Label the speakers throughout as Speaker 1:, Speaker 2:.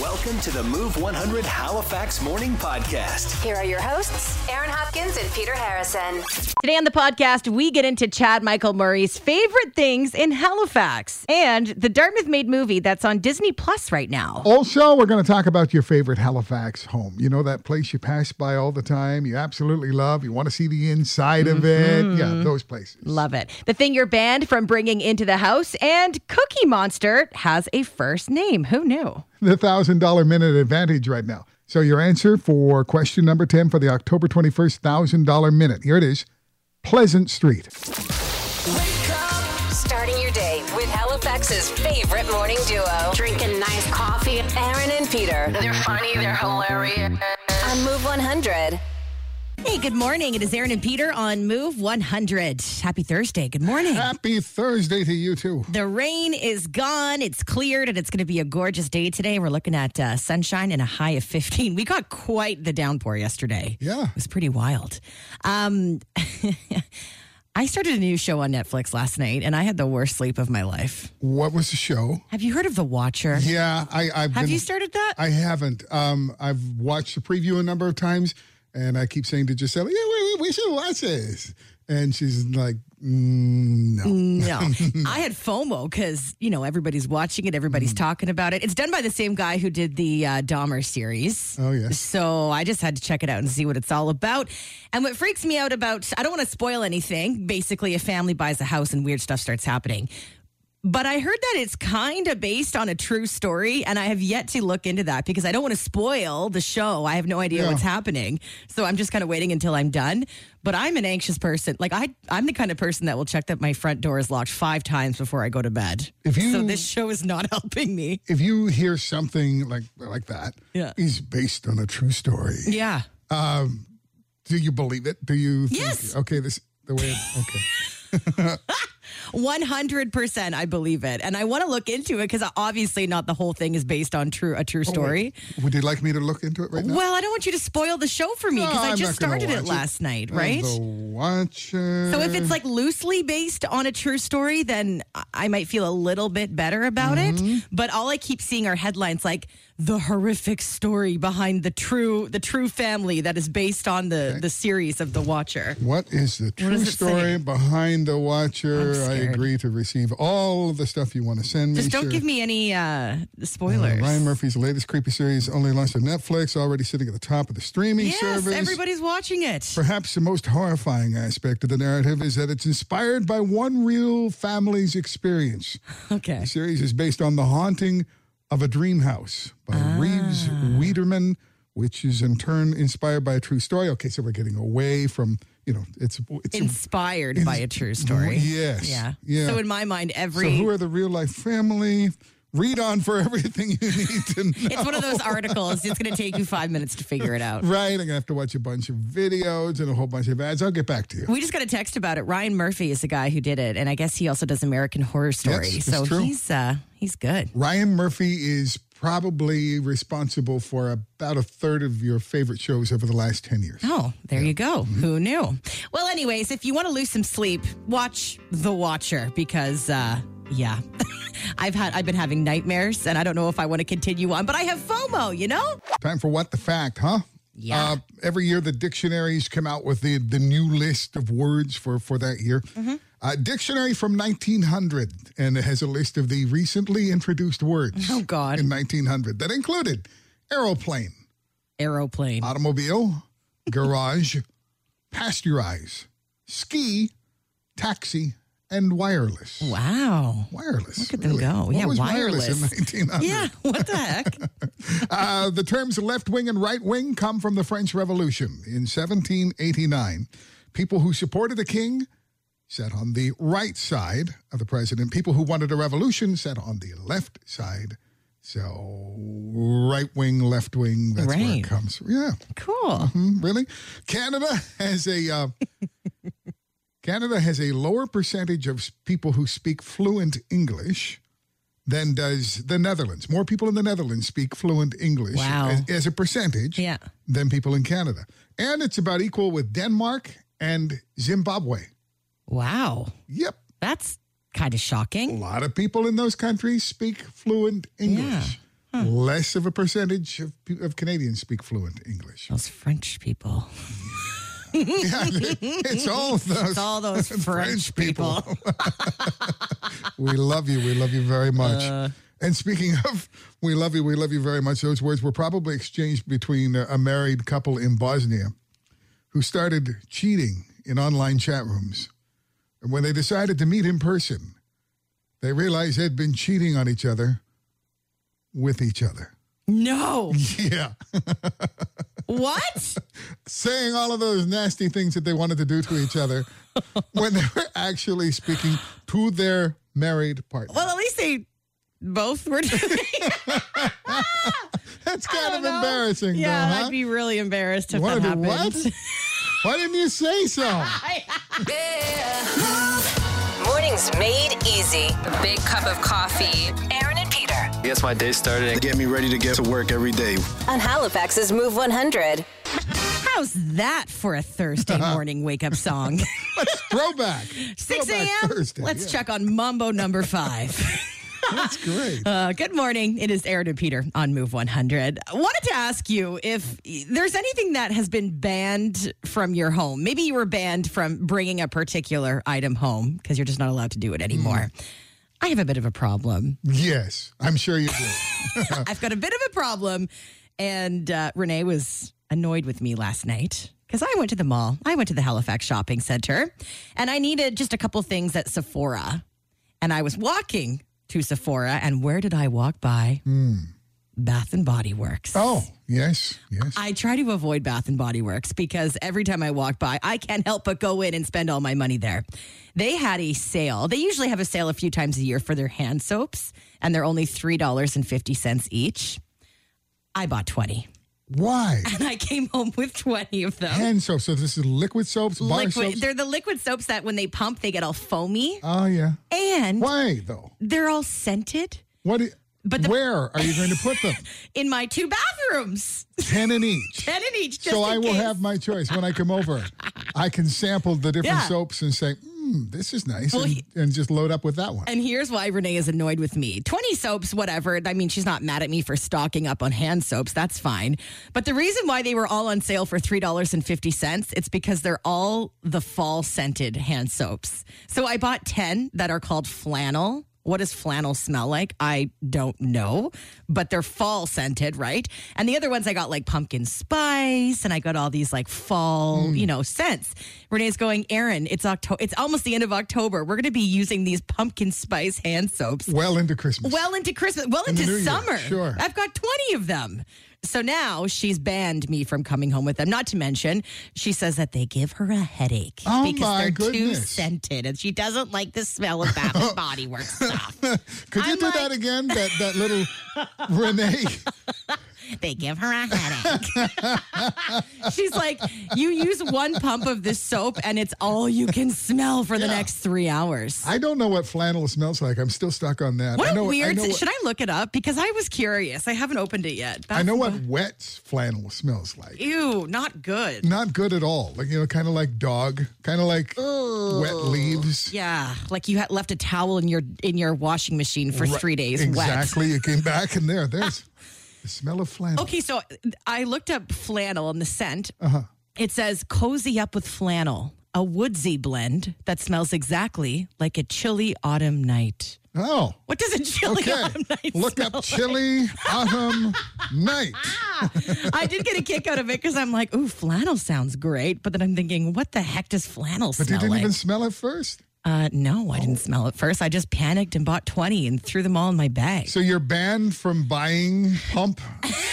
Speaker 1: Welcome to the Move 100 Halifax Morning Podcast.
Speaker 2: Here are your hosts, Aaron Hopkins and Peter Harrison.
Speaker 3: Today on the podcast, we get into Chad Michael Murray's favorite things in Halifax and the Dartmouth made movie that's on Disney Plus right now.
Speaker 4: Also, we're going to talk about your favorite Halifax home. You know, that place you pass by all the time, you absolutely love, you want to see the inside of it. Yeah, those places.
Speaker 3: Mm-hmm. Love it. The thing you're banned from bringing into the house and Cookie Monster has a first name. Who knew?
Speaker 4: The $1,000 minute advantage right now. So, your answer for question number 10 for the October 21st $1,000 minute. Here it is Pleasant Street.
Speaker 2: Starting your day with Halifax's favorite morning duo. Drinking nice coffee. Aaron and Peter. They're funny, they're hilarious. On Move 100.
Speaker 3: Hey, good morning. It is Aaron and Peter on Move 100. Happy Thursday. Good morning.
Speaker 4: Happy Thursday to you, too.
Speaker 3: The rain is gone. It's cleared, and it's going to be a gorgeous day today. We're looking at uh, sunshine and a high of 15. We got quite the downpour yesterday.
Speaker 4: Yeah.
Speaker 3: It was pretty wild. Um, I started a new show on Netflix last night, and I had the worst sleep of my life.
Speaker 4: What was the show?
Speaker 3: Have you heard of The Watcher?
Speaker 4: Yeah, I, I've
Speaker 3: Have
Speaker 4: been-
Speaker 3: you started that?
Speaker 4: I haven't. Um, I've watched the preview a number of times, and I keep saying to Giselle, "Yeah, we, we- we should watch this," and she's like, mm, "No."
Speaker 3: No, I had FOMO because you know everybody's watching it, everybody's
Speaker 4: Mm-hmm.
Speaker 3: talking about it. It's done by the same guy who did the uh, Dahmer series.
Speaker 4: Oh, yes.
Speaker 3: So I just had to check it out and see what it's all about. And what freaks me out about I don't want to spoil anything. Basically, a family buys a house and weird stuff starts happening. But I heard that it's kind of based on a true story, and I have yet to look into that because I don't want to spoil the show. I have no idea
Speaker 4: Yeah.
Speaker 3: what's happening, so I'm just kind of waiting until I'm done. But I'm an anxious person. Like I, I'm the kind of person that will check that my front door is locked five times before I go to bed.
Speaker 4: If you-
Speaker 3: so this show is not helping me.
Speaker 4: If you hear something like like that,
Speaker 3: Yeah.
Speaker 4: is based on a true story.
Speaker 3: Yeah.
Speaker 4: Do you believe it? Do you? Think,
Speaker 3: Yes.
Speaker 4: Okay. This the way. It, okay.
Speaker 3: 100% I believe it. And I want to look into it cuz obviously not the whole thing is based on true a
Speaker 4: Oh,
Speaker 3: true story.
Speaker 4: Would you like me to look into it right now?
Speaker 3: Well, I don't want you to spoil the show for me
Speaker 4: No,
Speaker 3: cuz I
Speaker 4: I'm
Speaker 3: just
Speaker 4: not gonna
Speaker 3: started it
Speaker 4: watch it.
Speaker 3: last night, right?
Speaker 4: The Watcher.
Speaker 3: So if it's like loosely based on a true story, then I- I might feel a little bit better about
Speaker 4: Mm-hmm.
Speaker 3: it. But all I keep seeing are headlines like the horrific story behind the true the true family that is based on the the series of The Watcher.
Speaker 4: What is the true
Speaker 3: does it say?
Speaker 4: story behind the Watcher?
Speaker 3: I'm
Speaker 4: I
Speaker 3: scared.
Speaker 4: agree to receive all of the stuff you want to send me.
Speaker 3: Just don't
Speaker 4: Sure.
Speaker 3: give me any uh, spoilers.
Speaker 4: Ryan Murphy's latest creepy series only launched on Netflix, already sitting at the top of the streaming
Speaker 3: yes,
Speaker 4: service.
Speaker 3: everybody's watching it.
Speaker 4: Perhaps the most horrifying aspect of the narrative is that it's inspired by one real family's experience.
Speaker 3: Okay.
Speaker 4: The series is based on The Haunting of a Dream House by
Speaker 3: Ah.
Speaker 4: Reeves Wiederman, which is in turn inspired by a true story. Okay, so we're getting away from, you know, it's it's
Speaker 3: Inspired by a true story.
Speaker 4: yes,
Speaker 3: Yeah.
Speaker 4: yeah.
Speaker 3: So in my mind,
Speaker 4: so
Speaker 3: every
Speaker 4: who are the real life family? Read on for everything you need to know.
Speaker 3: it's one of those articles. It's going to take you five minutes to figure it out.
Speaker 4: Right, I'm gonna have to watch a bunch of videos and a whole bunch of ads. I'll get back to you.
Speaker 3: We just got a text about it. Ryan Murphy is the guy who did it, and I guess he also does American Horror Story.
Speaker 4: it's
Speaker 3: so
Speaker 4: true.
Speaker 3: he's uh, he's good.
Speaker 4: Ryan Murphy is probably responsible for about a third of your favorite shows over the last 10 years.
Speaker 3: Oh, there you go.
Speaker 4: Mm-hmm.
Speaker 3: Who knew? Well, anyways, if you want to lose some sleep, watch The Watcher because uh, yeah, I've had I've been having nightmares, and I don't know if I want to continue on, but I have FOMO. You know?
Speaker 4: Time for what the fact, huh? Uh,
Speaker 3: Yeah.
Speaker 4: every year the dictionaries come out with the, the new list of words for, for that year.
Speaker 3: Mm-hmm.
Speaker 4: Uh, dictionary from 1900, and it has a list of the recently introduced words.
Speaker 3: Oh, God.
Speaker 4: In 1900 that included aeroplane,
Speaker 3: Aeroplane.
Speaker 4: automobile, garage, pasteurize, ski, taxi, and wireless.
Speaker 3: wow.
Speaker 4: Wireless. Look
Speaker 3: at them go.
Speaker 4: What
Speaker 3: Yeah,
Speaker 4: was wireless.
Speaker 3: wireless.
Speaker 4: in 1900.
Speaker 3: Yeah. What the heck?
Speaker 4: Uh, the terms left wing and right wing come from the French Revolution in 1789. People who supported the king sat on the right side of the president. People who wanted a revolution sat on the left side. So, right wing, left wing, that's where
Speaker 3: Right.
Speaker 4: it comes from. Yeah.
Speaker 3: cool.
Speaker 4: Hmm, really? Canada has a. Uh, Canada has a lower percentage of s- people who speak fluent English than does the Netherlands. More people in the Netherlands speak fluent English
Speaker 3: Wow.
Speaker 4: as, as a percentage
Speaker 3: Yeah.
Speaker 4: than people in Canada. And it's about equal with Denmark and Zimbabwe.
Speaker 3: Wow.
Speaker 4: Yep.
Speaker 3: That's kind of
Speaker 4: A
Speaker 3: shocking.
Speaker 4: lot of people in those countries speak fluent English. Less of a percentage of, pe- of Canadians speak fluent English.
Speaker 3: Those French people.
Speaker 4: Yeah, it's all those.
Speaker 3: It's all those French, people.
Speaker 4: We love you. We love you very much.
Speaker 3: Uh,
Speaker 4: and speaking of, we love you. We love you very much. Those words were probably exchanged between a a married couple in Bosnia who started cheating in online chat rooms. And when they decided to meet in person, they realized they'd been cheating on each other with each other.
Speaker 3: No.
Speaker 4: Yeah.
Speaker 3: What?
Speaker 4: saying all of those nasty things that they wanted to do to each other when they were actually speaking to their married partner.
Speaker 3: Well, at least they both were doing
Speaker 4: That's kind
Speaker 3: I don't
Speaker 4: of
Speaker 3: know.
Speaker 4: embarrassing,
Speaker 3: Yeah,
Speaker 4: though, huh?
Speaker 3: I'd be really embarrassed if
Speaker 4: What-
Speaker 3: that happened.
Speaker 4: what? Why didn't you say so?
Speaker 2: Mornings made easy. A big cup of coffee. Aaron and Peter
Speaker 1: Gets my day started and get me ready to get to work every day.
Speaker 2: on Halifax's Move 100.
Speaker 3: How's that for a Thursday morning wake up song?
Speaker 4: Throwback.
Speaker 3: 6
Speaker 4: Throwback
Speaker 3: a.m.
Speaker 4: Thursday.
Speaker 3: Let's
Speaker 4: yeah.
Speaker 3: check on Mumbo number five.
Speaker 4: That's great.
Speaker 3: Uh, good morning. It is Aaron and Peter on Move 100. I wanted to ask you if there's anything that has been banned from your home. Maybe you were banned from bringing a particular item home because you're just not allowed to do it anymore. I have a bit of a problem.
Speaker 4: yes, I'm sure you do.
Speaker 3: I've got a bit of a problem. And uh, Renee was annoyed with me last night because I went to the mall. I went to the Halifax Shopping Center and I needed just a couple things at Sephora. And I was walking to Sephora. And where did I walk by? Bath and Body Works.
Speaker 4: Oh, yes, yes.
Speaker 3: I try to avoid Bath and Body Works because every time I walk by, I can't help but go in and spend all my money there. They had a sale. They usually have a sale a few times a year for their hand soaps, and they're only $3.50 each. I bought 20.
Speaker 4: Why?
Speaker 3: And I came home with 20 of them.
Speaker 4: Hand soap. So this is liquid soaps, bar
Speaker 3: Liquid.
Speaker 4: soaps.
Speaker 3: They're the liquid soaps that when they pump, they get all foamy.
Speaker 4: Oh yeah.
Speaker 3: And
Speaker 4: Why though?
Speaker 3: they're all scented
Speaker 4: What? i-
Speaker 3: But the-
Speaker 4: where are you going to put them?
Speaker 3: in my two bathrooms.
Speaker 4: Ten in each.
Speaker 3: 10 in each. Just
Speaker 4: so
Speaker 3: in
Speaker 4: I will
Speaker 3: case.
Speaker 4: have my choice when I come over. I can sample the different
Speaker 3: Yeah.
Speaker 4: soaps and say, mm, "This is nice,"
Speaker 3: Well,
Speaker 4: and,
Speaker 3: he-
Speaker 4: and just load up with that one.
Speaker 3: And here's why Renee is annoyed with me. 20 soaps, whatever. I mean, she's not mad at me for stocking up on hand soaps. That's fine. But the reason why they were all on sale for $3.50, it's because they're all the fall scented hand soaps. So I bought 10 that are called flannel. What does flannel smell like? I don't know, but they're fall scented, right? And the other ones I got like pumpkin spice and I got all these like fall, you know, scents. Renee's going, Aaron, it's October. It's almost the end of October. We're going to be using these pumpkin spice hand soaps
Speaker 4: well into Christmas.
Speaker 3: well into Christmas, well
Speaker 4: the
Speaker 3: into
Speaker 4: new year,
Speaker 3: summer.
Speaker 4: sure.
Speaker 3: I've got 20 of them. So now she's banned me from coming home with them. Not to mention, she says that they give her a headache
Speaker 4: Oh,
Speaker 3: because
Speaker 4: my
Speaker 3: they're too
Speaker 4: goodness.
Speaker 3: scented and she doesn't like the smell of Bath and Body Works stuff.
Speaker 4: Could you
Speaker 3: I'm
Speaker 4: do
Speaker 3: like-
Speaker 4: that again? That that little Renee.
Speaker 3: They give her a headache. She's like, you use one pump of this soap and it's all you can smell for the
Speaker 4: Yeah.
Speaker 3: next three hours.
Speaker 4: I don't know what flannel smells like. I'm still stuck on that.
Speaker 3: What
Speaker 4: I know,
Speaker 3: a weird.
Speaker 4: I know, what,
Speaker 3: should I look it up? Because I was curious. I haven't opened it yet.
Speaker 4: I know what wet flannel smells like.
Speaker 3: Ew, not good.
Speaker 4: Not good at all. Like you know, kind of like dog, kind of like wet leaves.
Speaker 3: Yeah, like you had left a towel in your in your washing machine for three days wet.
Speaker 4: Exactly. It came back and there. There's the smell of flannel.
Speaker 3: Okay, so I looked up flannel and the scent.
Speaker 4: Uh-huh.
Speaker 3: It says cozy up with flannel, a woodsy blend that smells exactly like a chilly autumn night.
Speaker 4: Oh.
Speaker 3: What does a chilly
Speaker 4: Okay.
Speaker 3: autumn night
Speaker 4: Look
Speaker 3: smell
Speaker 4: up chilly autumn night.
Speaker 3: Ah, like? I did get a kick out of it because I'm like, ooh, flannel sounds great, but then I'm thinking, what the heck does flannel
Speaker 4: But you
Speaker 3: smell
Speaker 4: didn't
Speaker 3: like?
Speaker 4: even Oh. smell it first.
Speaker 3: uh, no, I didn't smell it first. I just panicked and bought twenty and threw them all in my bag.
Speaker 4: So you're banned from buying pump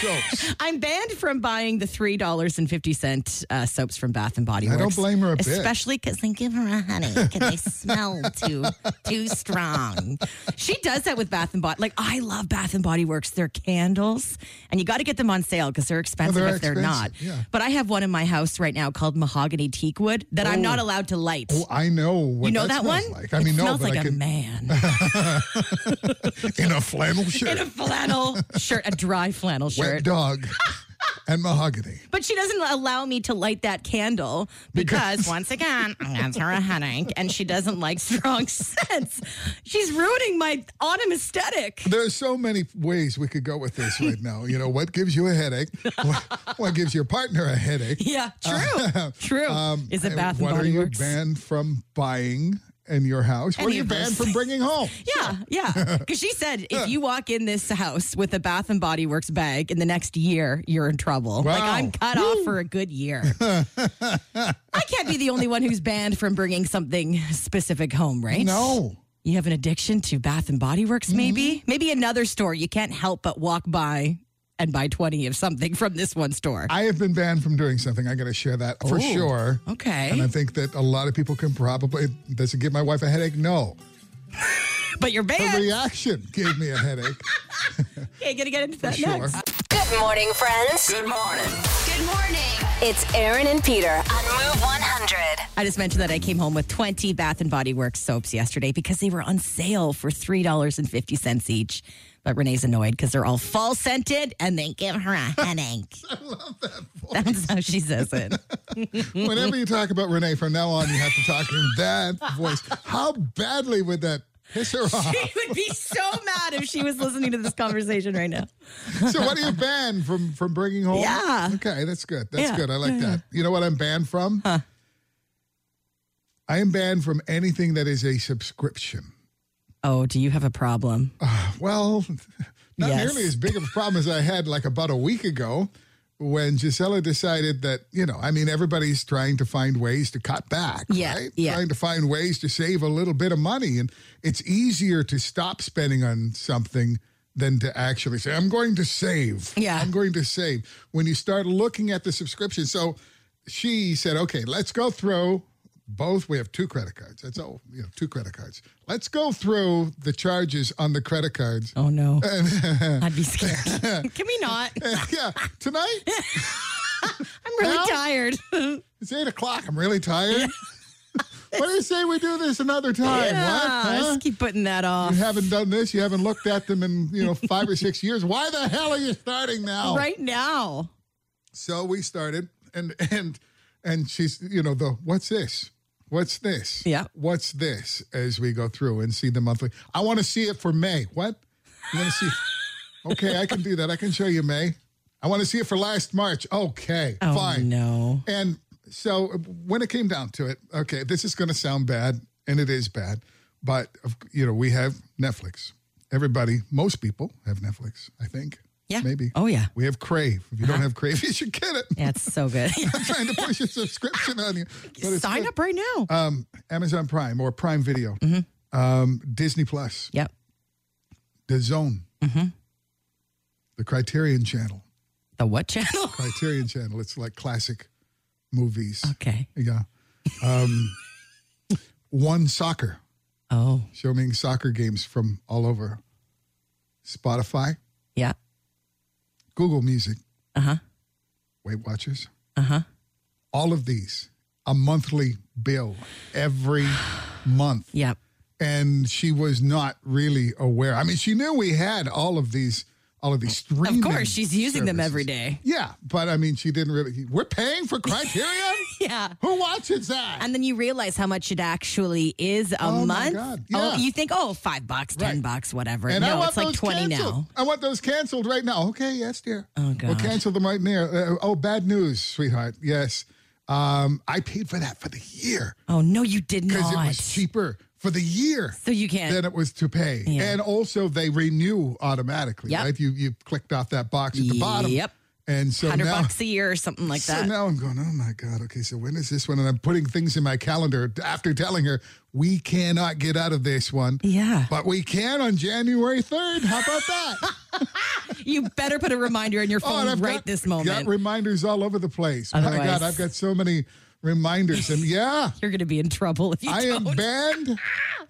Speaker 4: soaps.
Speaker 3: I'm banned from buying the three dollars and fifty cent uh, soaps from Bath and Body
Speaker 4: I
Speaker 3: Works.
Speaker 4: don't blame her a bit.
Speaker 3: especially because they give her a headache and they smell too too strong. She does that with Bath and Body. Like I love Bath and Body Works. Their candles, and you got to get them on sale because they're expensive
Speaker 4: Oh, they're
Speaker 3: if they're not.
Speaker 4: expensive, yeah.
Speaker 3: But I have one in my house right now called mahogany teak wood that I'm not allowed to light.
Speaker 4: I know what
Speaker 3: you know that,
Speaker 4: Oh. that,
Speaker 3: one?
Speaker 4: smells Like. I mean,
Speaker 3: it
Speaker 4: no,
Speaker 3: smells
Speaker 4: but
Speaker 3: like
Speaker 4: I
Speaker 3: a
Speaker 4: can,
Speaker 3: man
Speaker 4: in a flannel
Speaker 3: in
Speaker 4: shirt,
Speaker 3: a flannel shirt, a dry flannel
Speaker 4: wet
Speaker 3: shirt.
Speaker 4: dog. and mahogany.
Speaker 3: But she doesn't allow me to light that candle because, once again, it gives her a headache and she doesn't like strong scents. She's ruining my autumn aesthetic.
Speaker 4: There are so many ways we could go with this right now. You know, what gives you a headache? what, what gives your partner a headache?
Speaker 3: Yeah, true. true. Is it
Speaker 4: And
Speaker 3: Bath and
Speaker 4: Um, eh, what are
Speaker 3: Body
Speaker 4: you
Speaker 3: Works?
Speaker 4: banned from buying in your house? what
Speaker 3: Any
Speaker 4: are you
Speaker 3: of those
Speaker 4: banned from bringing home?
Speaker 3: Yeah, yeah. Because she said if you walk in this house with a Bath and Body Works bag in the next year, you're in trouble. Like
Speaker 4: Wow.
Speaker 3: I'm cut off for a good year. I can't be the only one who's banned from bringing something specific home, right?
Speaker 4: No.
Speaker 3: You have an addiction to Bath and Body Works, maybe? Maybe another store you can't help but walk by and buy 20 of something from this one store.
Speaker 4: I have been banned from doing something. I got to share that for sure.
Speaker 3: Oh, okay.
Speaker 4: And I think that a lot of people can probably, does it give my wife a headache? No.
Speaker 3: but you're
Speaker 4: The
Speaker 3: banned.
Speaker 4: reaction gave me a headache.
Speaker 3: Okay, gonna get into that
Speaker 4: sure.
Speaker 3: next.
Speaker 2: Good morning, friends.
Speaker 1: Good morning.
Speaker 2: Good morning. It's Aaron and Peter on Move 100.
Speaker 3: I just mentioned that I came home with 20 Bath and Body Works soaps yesterday because they were on sale for $3.50 each. But Renee's annoyed because they're all fall scented and they give her a headache. I love that voice. That's how she says it.
Speaker 4: Whenever you talk about Renee from now on, you have to talk in that voice. How badly would that piss her off?
Speaker 3: she would be so mad if she was listening to this conversation right now.
Speaker 4: So what are you banned from from bringing home?
Speaker 3: Yeah.
Speaker 4: Okay, that's good. That's
Speaker 3: Yeah,
Speaker 4: good. I like
Speaker 3: yeah,
Speaker 4: that. You know what I'm banned from? I am banned from anything that is a subscription.
Speaker 3: Oh, do you have a problem?
Speaker 4: Well, not
Speaker 3: Yes.
Speaker 4: nearly as big of a problem as I had like about a week ago when Gisela decided that, you know, I mean, everybody's trying to find ways to cut back,
Speaker 3: Yeah,
Speaker 4: right?
Speaker 3: yeah.
Speaker 4: Trying to find ways to save a little bit of money. And it's easier to stop spending on something than to actually say, I'm going to save.
Speaker 3: Yeah.
Speaker 4: I'm going to save. When you start looking at the subscription. So she said, okay, let's go through both. We have two credit cards. That's all, you know, two credit cards. Let's go through the charges on the credit cards.
Speaker 3: Oh, no. I'd be scared. Can we not?
Speaker 4: yeah. Tonight,
Speaker 3: I'm really
Speaker 4: Well-
Speaker 3: tired.
Speaker 4: it's eight o'clock. I'm really tired. what do you say we do this another time?
Speaker 3: Ah,
Speaker 4: What? Huh?
Speaker 3: Just keep putting that
Speaker 4: You
Speaker 3: off.
Speaker 4: haven't done this. You haven't looked at them in, you know, five or six years. Why the hell are you starting now?
Speaker 3: Right now.
Speaker 4: So we started, and and and she's, you know, the what's this? What's this?
Speaker 3: Yeah.
Speaker 4: What's this? As we go through and see the monthly. I want to see it for May. What? You want to see? okay, I can do that. I can show you May. I want to see it for last March. Okay,
Speaker 3: Oh,
Speaker 4: fine.
Speaker 3: no.
Speaker 4: And so when it came down to it, okay, this is going to sound bad, and it is bad, but of- you know we have Netflix. Everybody, most people have Netflix. I think.
Speaker 3: Yeah.
Speaker 4: Maybe.
Speaker 3: Oh, yeah. Uh-huh.
Speaker 4: We have Crave. If you don't have Crave, you should get it.
Speaker 3: Yeah, it's so good.
Speaker 4: I'm trying to push a subscription on you. But it's
Speaker 3: Sign
Speaker 4: good.
Speaker 3: up right now.
Speaker 4: Um, Amazon Prime or Prime Video,
Speaker 3: Mm-hmm.
Speaker 4: um, Disney Plus,
Speaker 3: yep.
Speaker 4: The Zone,
Speaker 3: Mm-hmm.
Speaker 4: the Criterion Channel.
Speaker 3: The what channel?
Speaker 4: Criterion Channel. It's like classic movies.
Speaker 3: Okay.
Speaker 4: Yeah. Um, one soccer,
Speaker 3: Oh,
Speaker 4: showing soccer games from all over. Spotify,
Speaker 3: yeah.
Speaker 4: Google Music,
Speaker 3: Uh huh.
Speaker 4: Weight Watchers.
Speaker 3: Uh huh.
Speaker 4: All of these, a monthly bill every month.
Speaker 3: Yep.
Speaker 4: And she was not really aware. I mean, she knew we had all of these, all of these streaming.
Speaker 3: Of course, she's using them
Speaker 4: services.
Speaker 3: every day.
Speaker 4: Yeah, but I mean, she didn't really. We're paying for Criterion.
Speaker 3: Yeah.
Speaker 4: Who watches that?
Speaker 3: And then you realize how much it actually is a
Speaker 4: Oh, my
Speaker 3: month.
Speaker 4: God.
Speaker 3: Oh,
Speaker 4: Yeah.
Speaker 3: you think, oh, five bucks, ten
Speaker 4: Right.
Speaker 3: bucks, whatever.
Speaker 4: And I
Speaker 3: no,
Speaker 4: want
Speaker 3: it's like
Speaker 4: those
Speaker 3: twenty
Speaker 4: canceled.
Speaker 3: now.
Speaker 4: I want those canceled right now. Okay, yes, dear.
Speaker 3: Oh,
Speaker 4: We'll
Speaker 3: God.
Speaker 4: cancel them right now. Uh, oh, bad news, sweetheart. Yes. Um, I paid for that for the year
Speaker 3: Oh no, you did
Speaker 4: because it
Speaker 3: not.
Speaker 4: was cheaper for the year
Speaker 3: So you can't.
Speaker 4: than it was to pay.
Speaker 3: Yeah.
Speaker 4: And also they renew automatically,
Speaker 3: Yep.
Speaker 4: right? You you clicked off that box at the bottom.
Speaker 3: Yep.
Speaker 4: And so
Speaker 3: Hundred
Speaker 4: now
Speaker 3: bucks a year or something like
Speaker 4: so
Speaker 3: that.
Speaker 4: now I'm going, oh my God, okay, so when is this one? And I'm putting things in my calendar after telling her, we cannot get out of this one.
Speaker 3: Yeah.
Speaker 4: But we can on January 3rd. How about that?
Speaker 3: You better put a reminder in your phone
Speaker 4: Oh, and I've
Speaker 3: right
Speaker 4: got-
Speaker 3: this
Speaker 4: Got
Speaker 3: moment.
Speaker 4: reminders all over the place. My
Speaker 3: Otherwise-
Speaker 4: God, I've got so many reminders, and yeah,
Speaker 3: You're gonna be in trouble if you
Speaker 4: I am
Speaker 3: don't. Ah.
Speaker 4: banned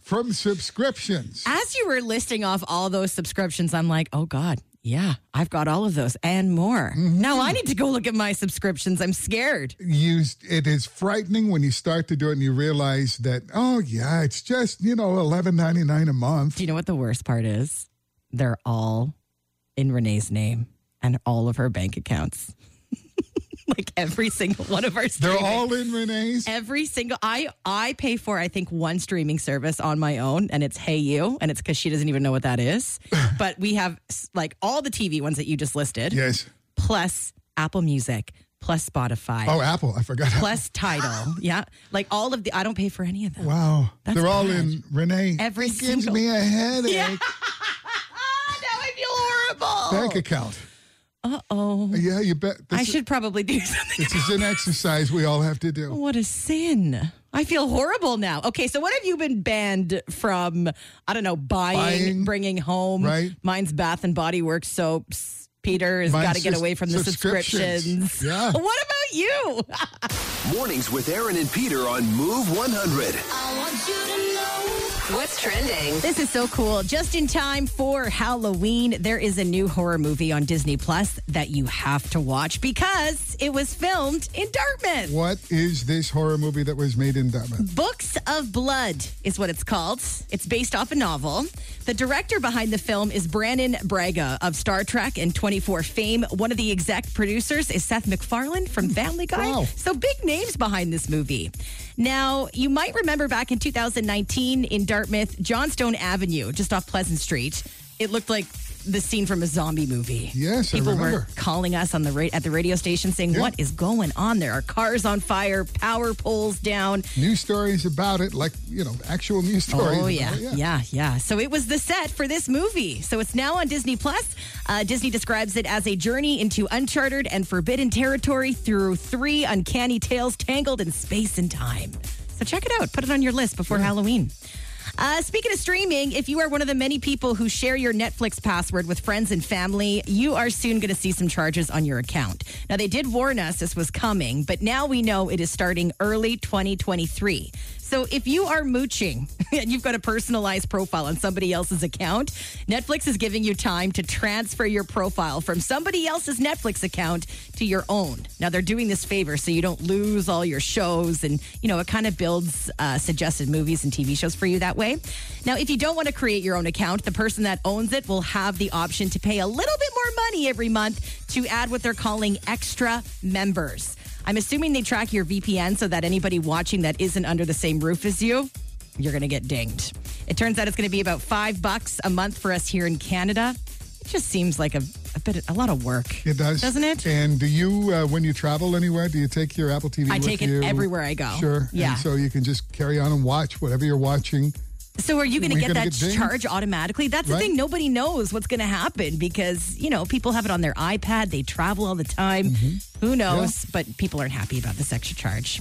Speaker 4: from subscriptions.
Speaker 3: as you were listing off all those subscriptions, I'm like, oh God, yeah, I've got all of those and more.
Speaker 4: Mm-hmm.
Speaker 3: Now I need to go look at my subscriptions. I'm scared.
Speaker 4: You, it is frightening when you start to do it and you realize that oh yeah, it's just you know eleven ninety nine a month.
Speaker 3: Do you know what the worst part is? They're all in Renee's name and all of her bank accounts. like every single one of our
Speaker 4: They're
Speaker 3: streaming.
Speaker 4: all in Renee's.
Speaker 3: every single I I pay for I think one streaming service on my own and it's Hey You and it's cuz she doesn't even know what that is. but we have s- like all the TV ones that you just listed
Speaker 4: Yes.
Speaker 3: plus Apple Music plus Spotify
Speaker 4: Oh, Apple. I forgot.
Speaker 3: plus Tidal. yeah. Like all of the I don't pay for any of them.
Speaker 4: Wow.
Speaker 3: That's
Speaker 4: They're all
Speaker 3: bad.
Speaker 4: in Renee.
Speaker 3: Every
Speaker 4: it gives
Speaker 3: single-
Speaker 4: me a
Speaker 3: Ah,
Speaker 4: headache.
Speaker 3: that would be horrible.
Speaker 4: Bank account.
Speaker 3: Uh-oh.
Speaker 4: Yeah, you bet. This
Speaker 3: Oh. I
Speaker 4: is-
Speaker 3: should probably do something.
Speaker 4: This is an exercise we all have to do.
Speaker 3: What a sin. I feel horrible now. Okay, so what have you been banned from? I don't know, buying,
Speaker 4: Buying,
Speaker 3: bringing home.
Speaker 4: right.
Speaker 3: Mine's Bath and Body Works soaps. Peter has
Speaker 4: Mine's
Speaker 3: got to get
Speaker 4: sus-
Speaker 3: away from the
Speaker 4: subscriptions.
Speaker 3: subscriptions.
Speaker 4: Yeah.
Speaker 3: What about you?
Speaker 1: Mornings with Aaron and Peter on Move 100.
Speaker 2: What's trending?
Speaker 3: This is so cool. Just in time for Halloween, there is a new horror movie on Disney Plus that you have to watch because it was filmed in Dartmouth.
Speaker 4: What is this horror movie that was made in Dartmouth?
Speaker 3: Books of Blood is what it's called. It's based off a novel. The director behind the film is Brandon Braga of Star Trek and 24 fame. One of the exec producers is Seth MacFarlane from Family Guy.
Speaker 4: Mm, Wow.
Speaker 3: So big names behind this movie. Now, you might remember back in 2019 in Dartmouth, Johnstone Avenue, just off Pleasant Street, it looked like the scene from a zombie movie.
Speaker 4: Yes, I
Speaker 3: People
Speaker 4: remember.
Speaker 3: were calling us on the ra- at the radio station saying,
Speaker 4: Yeah.
Speaker 3: "What is going on there? Are cars on fire? Power poles down?"
Speaker 4: News stories about it, like, you know, actual news stories.
Speaker 3: Oh
Speaker 4: about
Speaker 3: yeah,
Speaker 4: it,
Speaker 3: yeah, yeah, So it was the set for this movie. So it's now on Disney Plus. Uh, Disney describes it as a journey into uncharted and forbidden territory through three uncanny tales tangled in space and time. So check it out. Put it on your list before Halloween. Uh, speaking of streaming, if you are one of the many people who share your Netflix password with friends and family, you are soon going to see some charges on your account. Now, they did warn us this was coming, but now we know it is starting early 2023. So if you are mooching and you've got a personalized profile on somebody else's account, Netflix is giving you time to transfer your profile from somebody else's Netflix account to your own. Now they're doing this favor so you don't lose all your shows and you know it kind of builds uh, suggested movies and TV shows for you that way. Now if you don't want to create your own account, the person that owns it will have the option to pay a little bit more money every month to add what they're calling extra members. I'm assuming they track your VPN so that anybody watching that isn't under the same roof as you, you're going to get dinged. It turns out it's going to be about five bucks a month for us here in Canada. It just seems like a, a bit, a lot of work.
Speaker 4: It does.
Speaker 3: Doesn't it?
Speaker 4: And do you, uh, when you travel anywhere, do you take your Apple TV
Speaker 3: I
Speaker 4: with
Speaker 3: take it
Speaker 4: you?
Speaker 3: everywhere I go.
Speaker 4: Sure.
Speaker 3: Yeah.
Speaker 4: And so you can just carry on and watch whatever you're watching.
Speaker 3: So are you going to
Speaker 4: We're
Speaker 3: get
Speaker 4: gonna
Speaker 3: that
Speaker 4: get dinged.
Speaker 3: charge automatically? That's the
Speaker 4: Right.
Speaker 3: thing. Nobody knows what's going to happen because, you know, people have it on their iPad. They travel all the time.
Speaker 4: Mm-hmm.
Speaker 3: Who knows? But people aren't happy about this extra charge.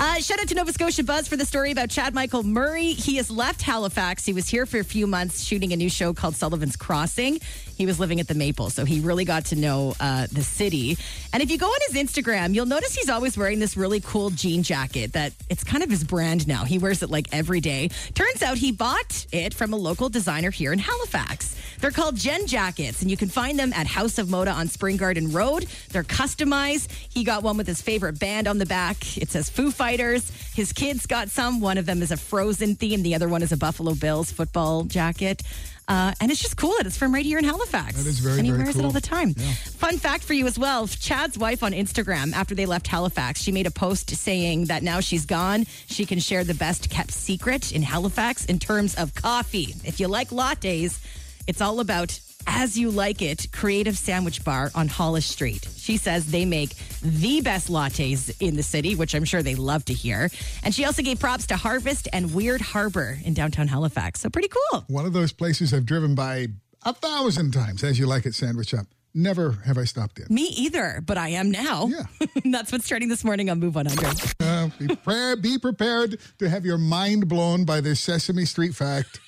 Speaker 3: Uh, shout out to Nova Scotia Buzz for the story about Chad Michael Murray. He has left Halifax. He was here for a few months shooting a new show called Sullivan's Crossing. He was living at the Maple, so he really got to know uh, the city. And if you go on his Instagram, you'll notice he's always wearing this really cool jean jacket that it's kind of his brand now. He wears it like every day. Turns out he bought it from a local designer here in Halifax. They're called Gen Jackets, and you can find them at House of Moda on Spring Garden Road. They're customized. He got one with his favorite band on the back. It says Foo Fighters. His kids got some. One of them is a Frozen theme, the other one is a Buffalo Bills football jacket. Uh, and it's just cool that it's from right here in Halifax.
Speaker 4: That is very,
Speaker 3: And he
Speaker 4: very
Speaker 3: wears it
Speaker 4: cool.
Speaker 3: all the time. Fun fact for you as well Chad's wife on Instagram, after they left Halifax, she made a post saying that now she's gone, she can share the best kept secret in Halifax in terms of coffee. If you like lattes, it's all about As You Like It Creative Sandwich Bar on Hollis Street. She says they make the best lattes in the city, which I'm sure they love to hear. And she also gave props to Harvest and Weird Harbor in downtown Halifax. So pretty cool.
Speaker 4: One of those places I've driven by a thousand times, as you like it, sandwich shop. Never have I stopped in.
Speaker 3: Me either, but I am now.
Speaker 4: Yeah.
Speaker 3: That's what's trending this morning on Move 100.
Speaker 4: Uh, be, prayer, be prepared to have your mind blown by this Sesame Street fact.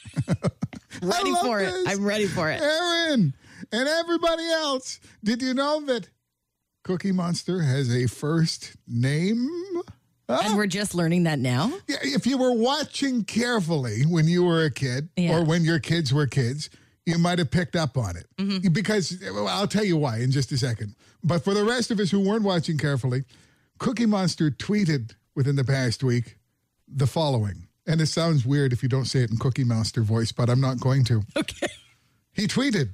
Speaker 3: Ready for it. I'm ready for it.
Speaker 4: Aaron and everybody else, did you know that Cookie Monster has a first name?
Speaker 3: And we're just learning that now.
Speaker 4: Yeah, if you were watching carefully when you were a kid
Speaker 3: Yeah.
Speaker 4: or when your kids were kids, you might have picked up on it.
Speaker 3: Mm-hmm.
Speaker 4: Because well, I'll tell you why in just a second. But for the rest of us who weren't watching carefully, Cookie Monster tweeted within the past week the following. And it sounds weird if you don't say it in Cookie Monster voice, but I'm not going to.
Speaker 3: Okay.
Speaker 4: He tweeted,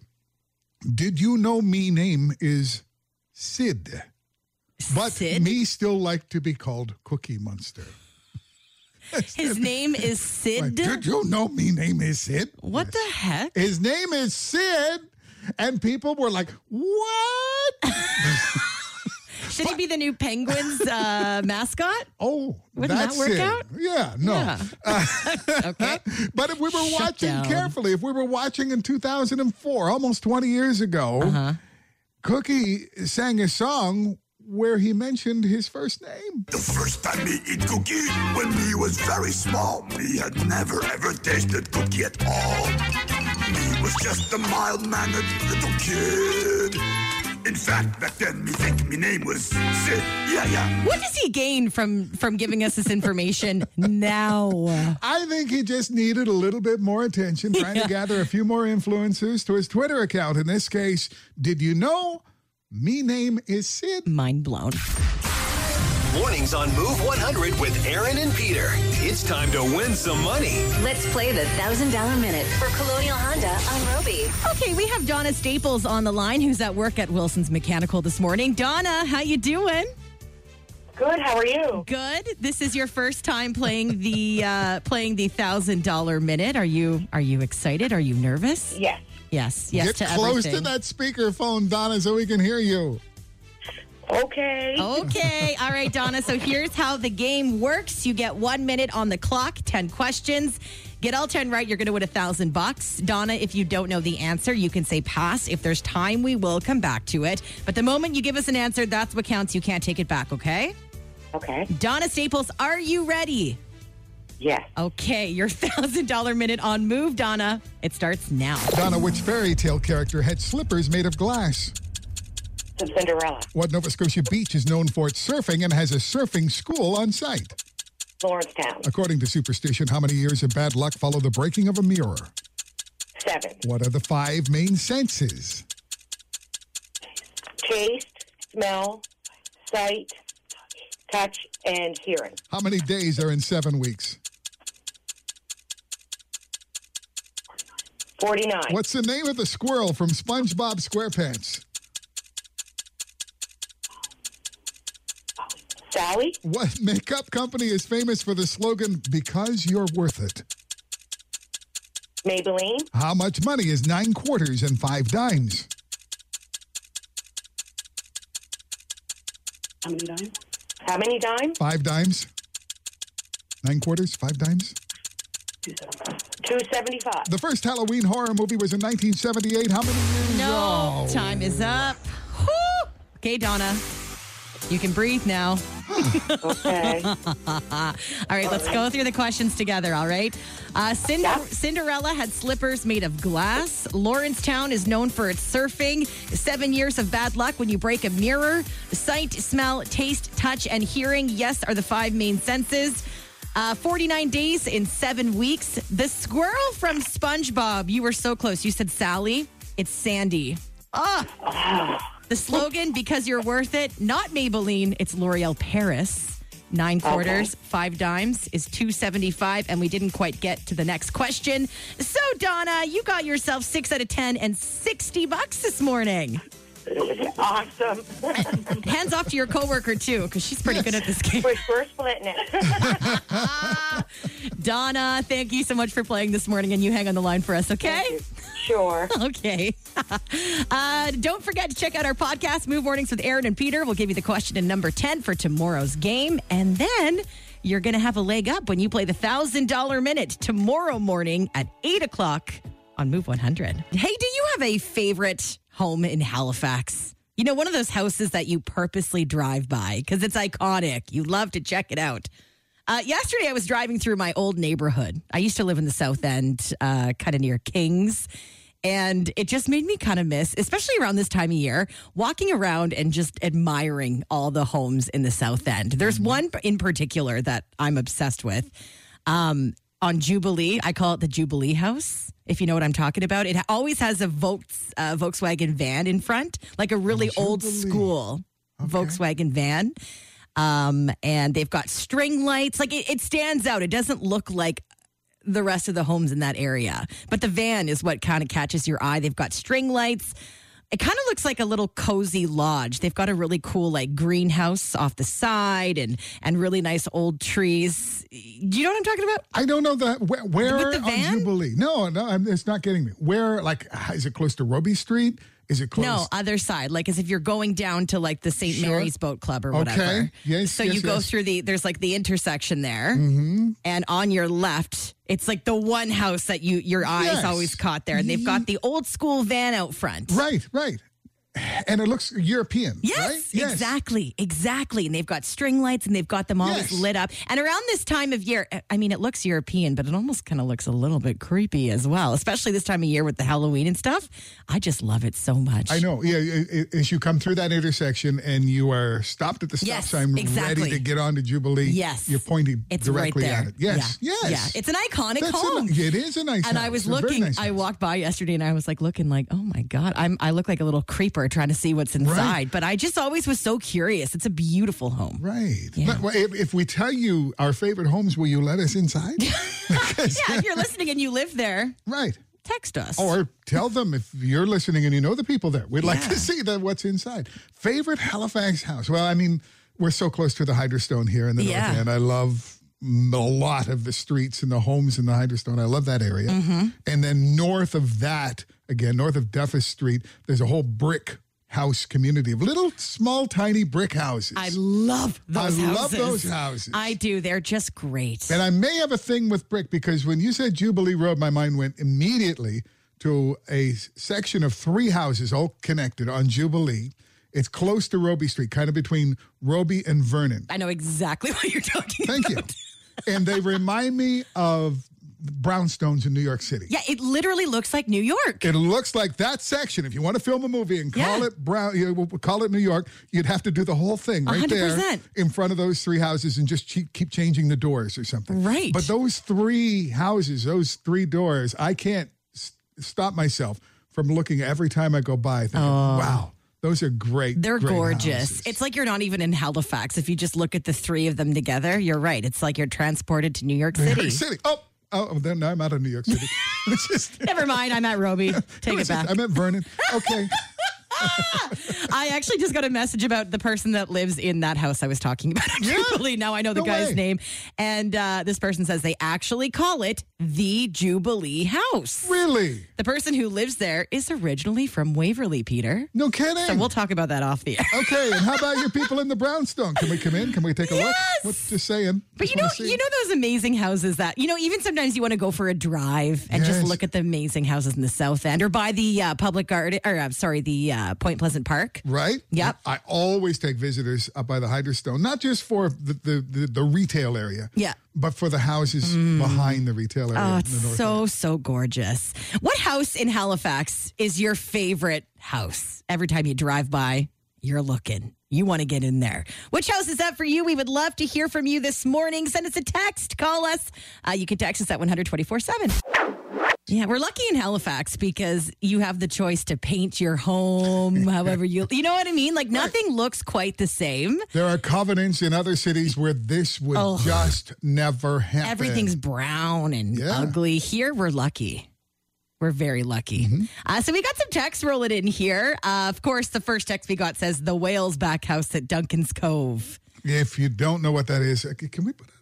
Speaker 4: Did you know me name is Sid? But
Speaker 3: Sid?
Speaker 4: me still like to be called Cookie Monster.
Speaker 3: His name is
Speaker 4: Like,
Speaker 3: Sid.
Speaker 4: did you know me name is Sid?
Speaker 3: What the heck?
Speaker 4: His name is Sid. And people were like, what?
Speaker 3: Should he be the new Penguins uh, mascot?
Speaker 4: Oh,
Speaker 3: Wouldn't that
Speaker 4: that's
Speaker 3: work
Speaker 4: it.
Speaker 3: out?
Speaker 4: Yeah, no.
Speaker 3: Yeah. okay.
Speaker 4: But if we were
Speaker 3: Shut
Speaker 4: watching
Speaker 3: down.
Speaker 4: carefully, if we were watching in 2004, almost 20 years ago,
Speaker 3: Uh-huh.
Speaker 4: Cookie sang a song where he mentioned his first name.
Speaker 5: The first time he eat cookie when he was very small. He had never ever tasted cookie at all. Oh, He was just a mild-mannered little kid. In fact, back then me think me name was Sid. Yeah, yeah.
Speaker 3: What does he gain from from giving us this information now?
Speaker 4: I think he just needed a little bit more attention, trying to gather a few more influencers to his Twitter account. In this case, did you know me name is Sid?
Speaker 3: Mind blown.
Speaker 1: Mornings on Move 100 with Aaron and Peter. It's time to win some money.
Speaker 2: Let's play the $1,000 minute for Colonial Honda on Roby.
Speaker 3: Okay, we have Donna Staples on the line, who's at work at Wilson's Mechanical this morning. Donna, how you doing?
Speaker 6: Good. How are you?
Speaker 3: Good. This is your first time playing the uh, playing the thousand dollar minute. Are you are you excited? Are you nervous?
Speaker 6: Yes.
Speaker 3: Yes, yes.
Speaker 4: Get
Speaker 3: to
Speaker 4: close
Speaker 3: everything.
Speaker 4: to that speakerphone, Donna, so we can hear you.
Speaker 6: Okay.
Speaker 3: Oh. Okay. All right, Donna. So here's how the game works. You get one minute on the clock, 10 questions. Get all 10 right, you're going to win a thousand bucks. Donna, if you don't know the answer, you can say pass. If there's time, we will come back to it. But the moment you give us an answer, that's what counts. You can't take it back, okay?
Speaker 6: Okay.
Speaker 3: Donna Staples, are you ready?
Speaker 6: Yes.
Speaker 3: Oh. Okay, your $1,000 minute on move, Donna. It starts now.
Speaker 4: Donna, which fairy tale character had slippers made of glass?
Speaker 6: Some Cinderella.
Speaker 4: What Nova Scotia beach is known for its surfing and has a surfing school on site?
Speaker 6: Lawrencetown.
Speaker 4: According to superstition, how many years of bad luck follow the breaking of a mirror?
Speaker 6: Seven.
Speaker 4: What are the five main senses?
Speaker 6: Taste, smell, sight, touch, and hearing.
Speaker 4: How many days are in seven weeks?
Speaker 6: Forty-nine.
Speaker 4: What's the name of the squirrel from SpongeBob SquarePants?
Speaker 6: Sally.
Speaker 4: What makeup company is famous for the slogan, Because You're Worth It?
Speaker 6: Maybelline.
Speaker 4: How much money is nine quarters and five dimes?
Speaker 6: How many dimes? How many dimes?
Speaker 4: Five dimes? Nine quarters, five dimes?
Speaker 6: Two seventy-five.
Speaker 4: The first Halloween horror movie was in 1978. How many years?
Speaker 3: No.
Speaker 4: Oh.
Speaker 3: Time is up. Whew. Okay, Donna. You can breathe now.
Speaker 6: Okay.
Speaker 3: All right, let's go through the questions together, all right? Uh, Cinder-
Speaker 6: Yeah.
Speaker 3: Cinderella had slippers made of glass. Lawrencetown is known for its surfing. Seven years of bad luck when you break a mirror. Sight, smell, taste, touch, and hearing, yes, are the five main senses. Uh, 49 days in seven weeks. The squirrel from SpongeBob, you were so close. You said Sally, it's Sandy. The slogan, because you're worth it, not Maybelline, it's L'Oreal Paris. Nine quarters, five dimes is 275, and we didn't quite get to the next question. So, Donna, you got yourself six out of 10 and 60 bucks this morning.
Speaker 6: awesome.
Speaker 3: Hands off to your coworker, too, because she's pretty good at this game.
Speaker 6: We're, we're splitting it.
Speaker 3: Donna, thank you so much for playing this morning, and you hang on the line for us, okay?
Speaker 6: sure.
Speaker 3: Okay. uh, don't forget to check out our podcast, Move Mornings with Aaron and Peter. We'll give you the question in number 10 for tomorrow's game. And then you're going to have a leg up when you play the $1,000 minute tomorrow morning at 8 o'clock on Move 100. Hey, do you have a favorite home in Halifax? You know, one of those houses that you purposely drive by because it's iconic. You love to check it out. Uh, yesterday, I was driving through my old neighborhood. I used to live in the South End, uh, kind of near Kings. And it just made me kind of miss, especially around this time of year, walking around and just admiring all the homes in the South End. There's one in particular that I'm obsessed with um, on Jubilee. I call it the Jubilee House, if you know what I'm talking about. It always has a Volks, uh, Volkswagen van in front, like a really old
Speaker 4: Jubilee.
Speaker 3: school Volkswagen van. Um, and they've got string lights. Like it, it stands out. It doesn't look like the rest of the homes in that area. But the van is what kind of catches your eye. They've got string lights. It kind of looks like a little cozy lodge. They've got a really cool like greenhouse off the side and and really nice old trees. Do you know what I'm talking about?
Speaker 4: I don't know the where, where
Speaker 3: With the
Speaker 4: on
Speaker 3: van?
Speaker 4: Jubilee. No, no, I'm, it's not getting me. Where, like, is it close to Roby Street? Is it close?
Speaker 3: No, other side. Like as if you're going down to like the St.
Speaker 4: Sure.
Speaker 3: Mary's Boat Club or
Speaker 4: Okay.
Speaker 3: whatever.
Speaker 4: Yes,
Speaker 3: So
Speaker 4: yes,
Speaker 3: you go
Speaker 4: yes. Mm-hmm.
Speaker 3: through the there's like the intersection there, and on your left, it's like the one house that you your eyes
Speaker 4: Yes.
Speaker 3: always caught there, and they've got the old school van out front.
Speaker 4: Right, right. And it looks European.
Speaker 3: Yes,
Speaker 4: right?
Speaker 3: exactly, exactly. And they've got string lights, and they've got them always
Speaker 4: Yes.
Speaker 3: lit up. And around this time of year, eh, I mean, it looks European, but it almost kind of looks a little bit creepy as well, especially this time of year with the Halloween and stuff. I just love it so much.
Speaker 4: I know. Yeah, i- i- as you come through that intersection and you are stopped at the stop
Speaker 3: Yes,
Speaker 4: sign,
Speaker 3: exactly.
Speaker 4: ready to get on to Jubilee.
Speaker 3: Yes.
Speaker 4: you're pointing
Speaker 3: It's
Speaker 4: directly
Speaker 3: right there.
Speaker 4: at it. Yes,
Speaker 3: yeah.
Speaker 4: yes.
Speaker 3: Yeah. It's an iconic
Speaker 4: That's a-
Speaker 3: home.
Speaker 4: it is a nice.
Speaker 3: and
Speaker 4: house.
Speaker 3: I was
Speaker 4: A very
Speaker 3: looking.
Speaker 4: nice
Speaker 3: I
Speaker 4: house.
Speaker 3: walked by yesterday, and I was like looking, like, oh my god, I'm. I look like a little creeper trying to see what's inside. But I just always was so curious. It's a beautiful home.
Speaker 4: Right.
Speaker 3: Yeah.
Speaker 4: But, well, if, if we tell you our favorite homes, will you let us inside?
Speaker 3: yeah, if you're listening and you live there,
Speaker 4: right.
Speaker 3: text us.
Speaker 4: Or tell them if you're listening and you know the people there. We'd like
Speaker 3: Yeah.
Speaker 4: to see the, what's inside. Favorite Halifax house? Well, I mean, we're so close to the Hydrostone here in the
Speaker 3: Yeah.
Speaker 4: North End. I love mm, a lot of the streets and the homes in the Hydrostone. I love that area.
Speaker 3: Mm-hmm.
Speaker 4: And then north of that, again, north of Duffus Street, there's a whole brick house community of little, small, tiny brick houses.
Speaker 3: I love those
Speaker 4: I
Speaker 3: houses.
Speaker 4: love those houses.
Speaker 3: I do. They're just great.
Speaker 4: And I may have a thing with brick because when you said Jubilee Road, my mind went immediately to a s- section of three houses all connected on Jubilee. It's close to Roby Street, kind of between Roby and Vernon.
Speaker 3: I know exactly what you're talking
Speaker 4: Thank
Speaker 3: about.
Speaker 4: you. and they remind me of brownstones in New York City.
Speaker 3: Yeah, it literally looks like New York.
Speaker 4: It looks like that section. If you want to film a movie and call
Speaker 3: Yeah.
Speaker 4: it Brown, you know, call it New York, you'd have to do the whole thing right there
Speaker 3: 100%.
Speaker 4: in front of those three houses and just che- keep changing the doors or something.
Speaker 3: Right.
Speaker 4: But those three houses, those three doors, I can't s- stop myself from looking every time I go by. Thinking, Wow, those are great.
Speaker 3: Oh. They're
Speaker 4: great
Speaker 3: gorgeous.
Speaker 4: houses."
Speaker 3: It's like you're not even in Halifax. If you just look at the three of them together, you're right. It's like you're transported to New York City.
Speaker 4: City. Oh, oh, then I'm out of New York City. It's just-
Speaker 3: Never mind. I'm at Roby. Take it back.
Speaker 4: I'm at Vernon. Okay.
Speaker 3: I actually just got a message about the person that lives in that house I was talking about. Jubilee. Now I know the
Speaker 4: No
Speaker 3: guy's
Speaker 4: way.
Speaker 3: name. And uh, this person says they actually call it the Jubilee House.
Speaker 4: really?
Speaker 3: The person who lives there is originally from Waverly, Peter.
Speaker 4: No kidding.
Speaker 3: So we'll talk about that off the air.
Speaker 4: Okay, and how about your people in the brownstone? Can we come in? Can we take a look?
Speaker 3: Yes!
Speaker 4: What just saying?
Speaker 3: But
Speaker 4: Just
Speaker 3: you know,
Speaker 4: wanna see.
Speaker 3: you know those amazing houses that you know. Even sometimes you want to go for a drive and just
Speaker 4: Yes.
Speaker 3: look at the amazing houses in the South End or by the uh, public garden, or I'm sorry, the uh, Point Pleasant Park.
Speaker 4: right?
Speaker 3: Yep.
Speaker 4: I always take visitors up by the hydrostone, not just for the the, the, the retail area,
Speaker 3: Yeah. Mm.
Speaker 4: but for the houses behind the retail area.
Speaker 3: Oh,
Speaker 4: in the
Speaker 3: it's
Speaker 4: north
Speaker 3: so so gorgeous. What house in Halifax is your favorite house? Every time you drive by, you're looking. You want to get in there. Which house is that for you? We would love to hear from you this morning. Send us a text. Call us. Uh, you can text us at 124 7. Yeah, we're lucky in Halifax because you have the choice to paint your home however you, you know what I mean? Like nothing looks quite the same.
Speaker 4: there are covenants in other cities where this would just never happen.
Speaker 3: Oh. Everything's brown and
Speaker 4: Yeah.
Speaker 3: ugly. Here, we're lucky. We're very lucky.
Speaker 4: Mm-hmm.
Speaker 3: Uh, so we got some texts rolling in here. Uh, of course, the first text we got says the whale's back house at Duncan's Cove.
Speaker 4: If you don't know what that is, okay, can we put up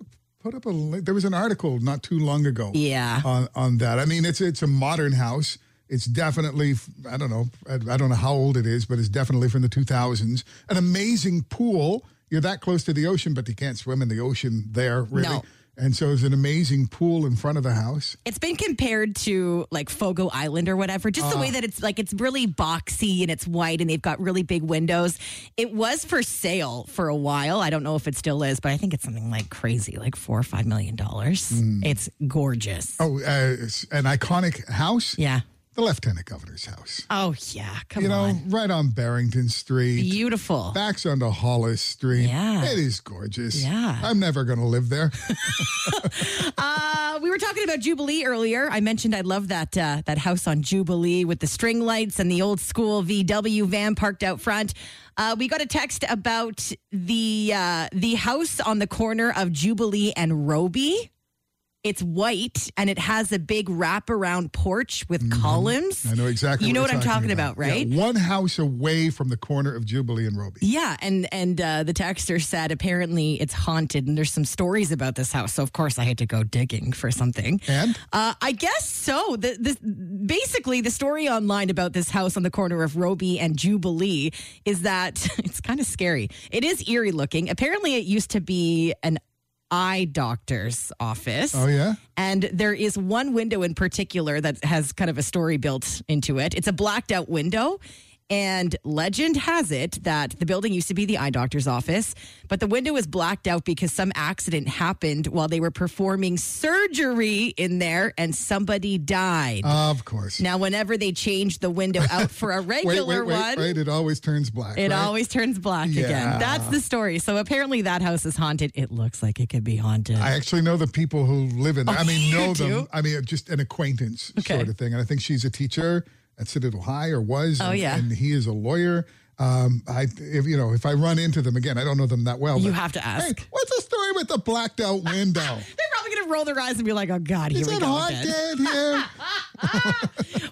Speaker 4: put up a link? There was an article not too long ago.
Speaker 3: Yeah.
Speaker 4: On on that. I mean, it's it's a modern house. It's definitely I don't know I, I don't know how old it is, but it's definitely from the 2000s. An amazing pool. You're that close to the ocean, but you can't swim in the ocean there really.
Speaker 3: No.
Speaker 4: And so it's an amazing pool in front of the house.
Speaker 3: It's been compared to like Fogo Island or whatever, just the way
Speaker 4: Uh-huh.
Speaker 3: that it's like it's really boxy and it's white and they've got really big windows. It was for sale for a while. I don't know if it still is, but I think it's something like crazy, like four or five million dollars. It's gorgeous.
Speaker 4: Mm. Oh, uh, it's an iconic house.
Speaker 3: Yeah.
Speaker 4: The lieutenant governor's house.
Speaker 3: Oh, yeah. Come
Speaker 4: You know,
Speaker 3: on.
Speaker 4: right on Barrington Street.
Speaker 3: Beautiful.
Speaker 4: backs onto Hollis Street.
Speaker 3: Yeah.
Speaker 4: It is gorgeous.
Speaker 3: Yeah.
Speaker 4: I'm never going to live there.
Speaker 3: Uh, we were talking about Jubilee earlier. I mentioned I love that uh, that house on Jubilee with the string lights and the old school VW van parked out front. Uh, we got a text about the uh, the house on the corner of Jubilee and Roby. It's white and it has a big wraparound porch with columns.
Speaker 4: Mm-hmm. I know exactly.
Speaker 3: You know
Speaker 4: we're
Speaker 3: what I'm talking about,
Speaker 4: Yeah,
Speaker 3: right?
Speaker 4: one house away from the corner of Jubilee and Roby.
Speaker 3: Yeah, and and uh, the texter said apparently it's haunted, and there's some stories about this house. So of course I had to go digging for something.
Speaker 4: And?
Speaker 3: uh, I guess so. The, this basically the story online about this house on the corner of Roby and Jubilee is that it's kind of scary. It is eerie looking. Apparently, it used to be an eye doctor's office.
Speaker 4: Oh yeah.
Speaker 3: And there is one window in particular that has kind of a story built into it. It's a blacked out window. And legend has it that the building used to be the eye doctor's office, but the window was blacked out because some accident happened while they were performing surgery in there and somebody died.
Speaker 4: Of course.
Speaker 3: now, whenever they change the window out for a
Speaker 4: wait,
Speaker 3: regular
Speaker 4: wait, wait,
Speaker 3: one,
Speaker 4: wait. It always turns black.
Speaker 3: it
Speaker 4: right?
Speaker 3: always turns black
Speaker 4: Yeah.
Speaker 3: again. That's the story. So apparently that house is haunted. It looks like it could be haunted.
Speaker 4: I actually know the people who live in. I mean, know them.
Speaker 3: Oh, do?
Speaker 4: I mean, just an acquaintance
Speaker 3: Okay.
Speaker 4: sort of thing. And I think she's a teacher at Citadel High or was.
Speaker 3: Oh,
Speaker 4: and,
Speaker 3: yeah.
Speaker 4: And he is a lawyer. Um, I, if you know, if I run into them again, I don't know them that well.
Speaker 3: You
Speaker 4: but,
Speaker 3: have to
Speaker 4: Hey,
Speaker 3: ask.
Speaker 4: what's the story with the blacked out window?
Speaker 3: They're probably going to roll their eyes and be like, "Oh God, here
Speaker 4: is
Speaker 3: we
Speaker 4: it
Speaker 3: go again."
Speaker 4: haunted here?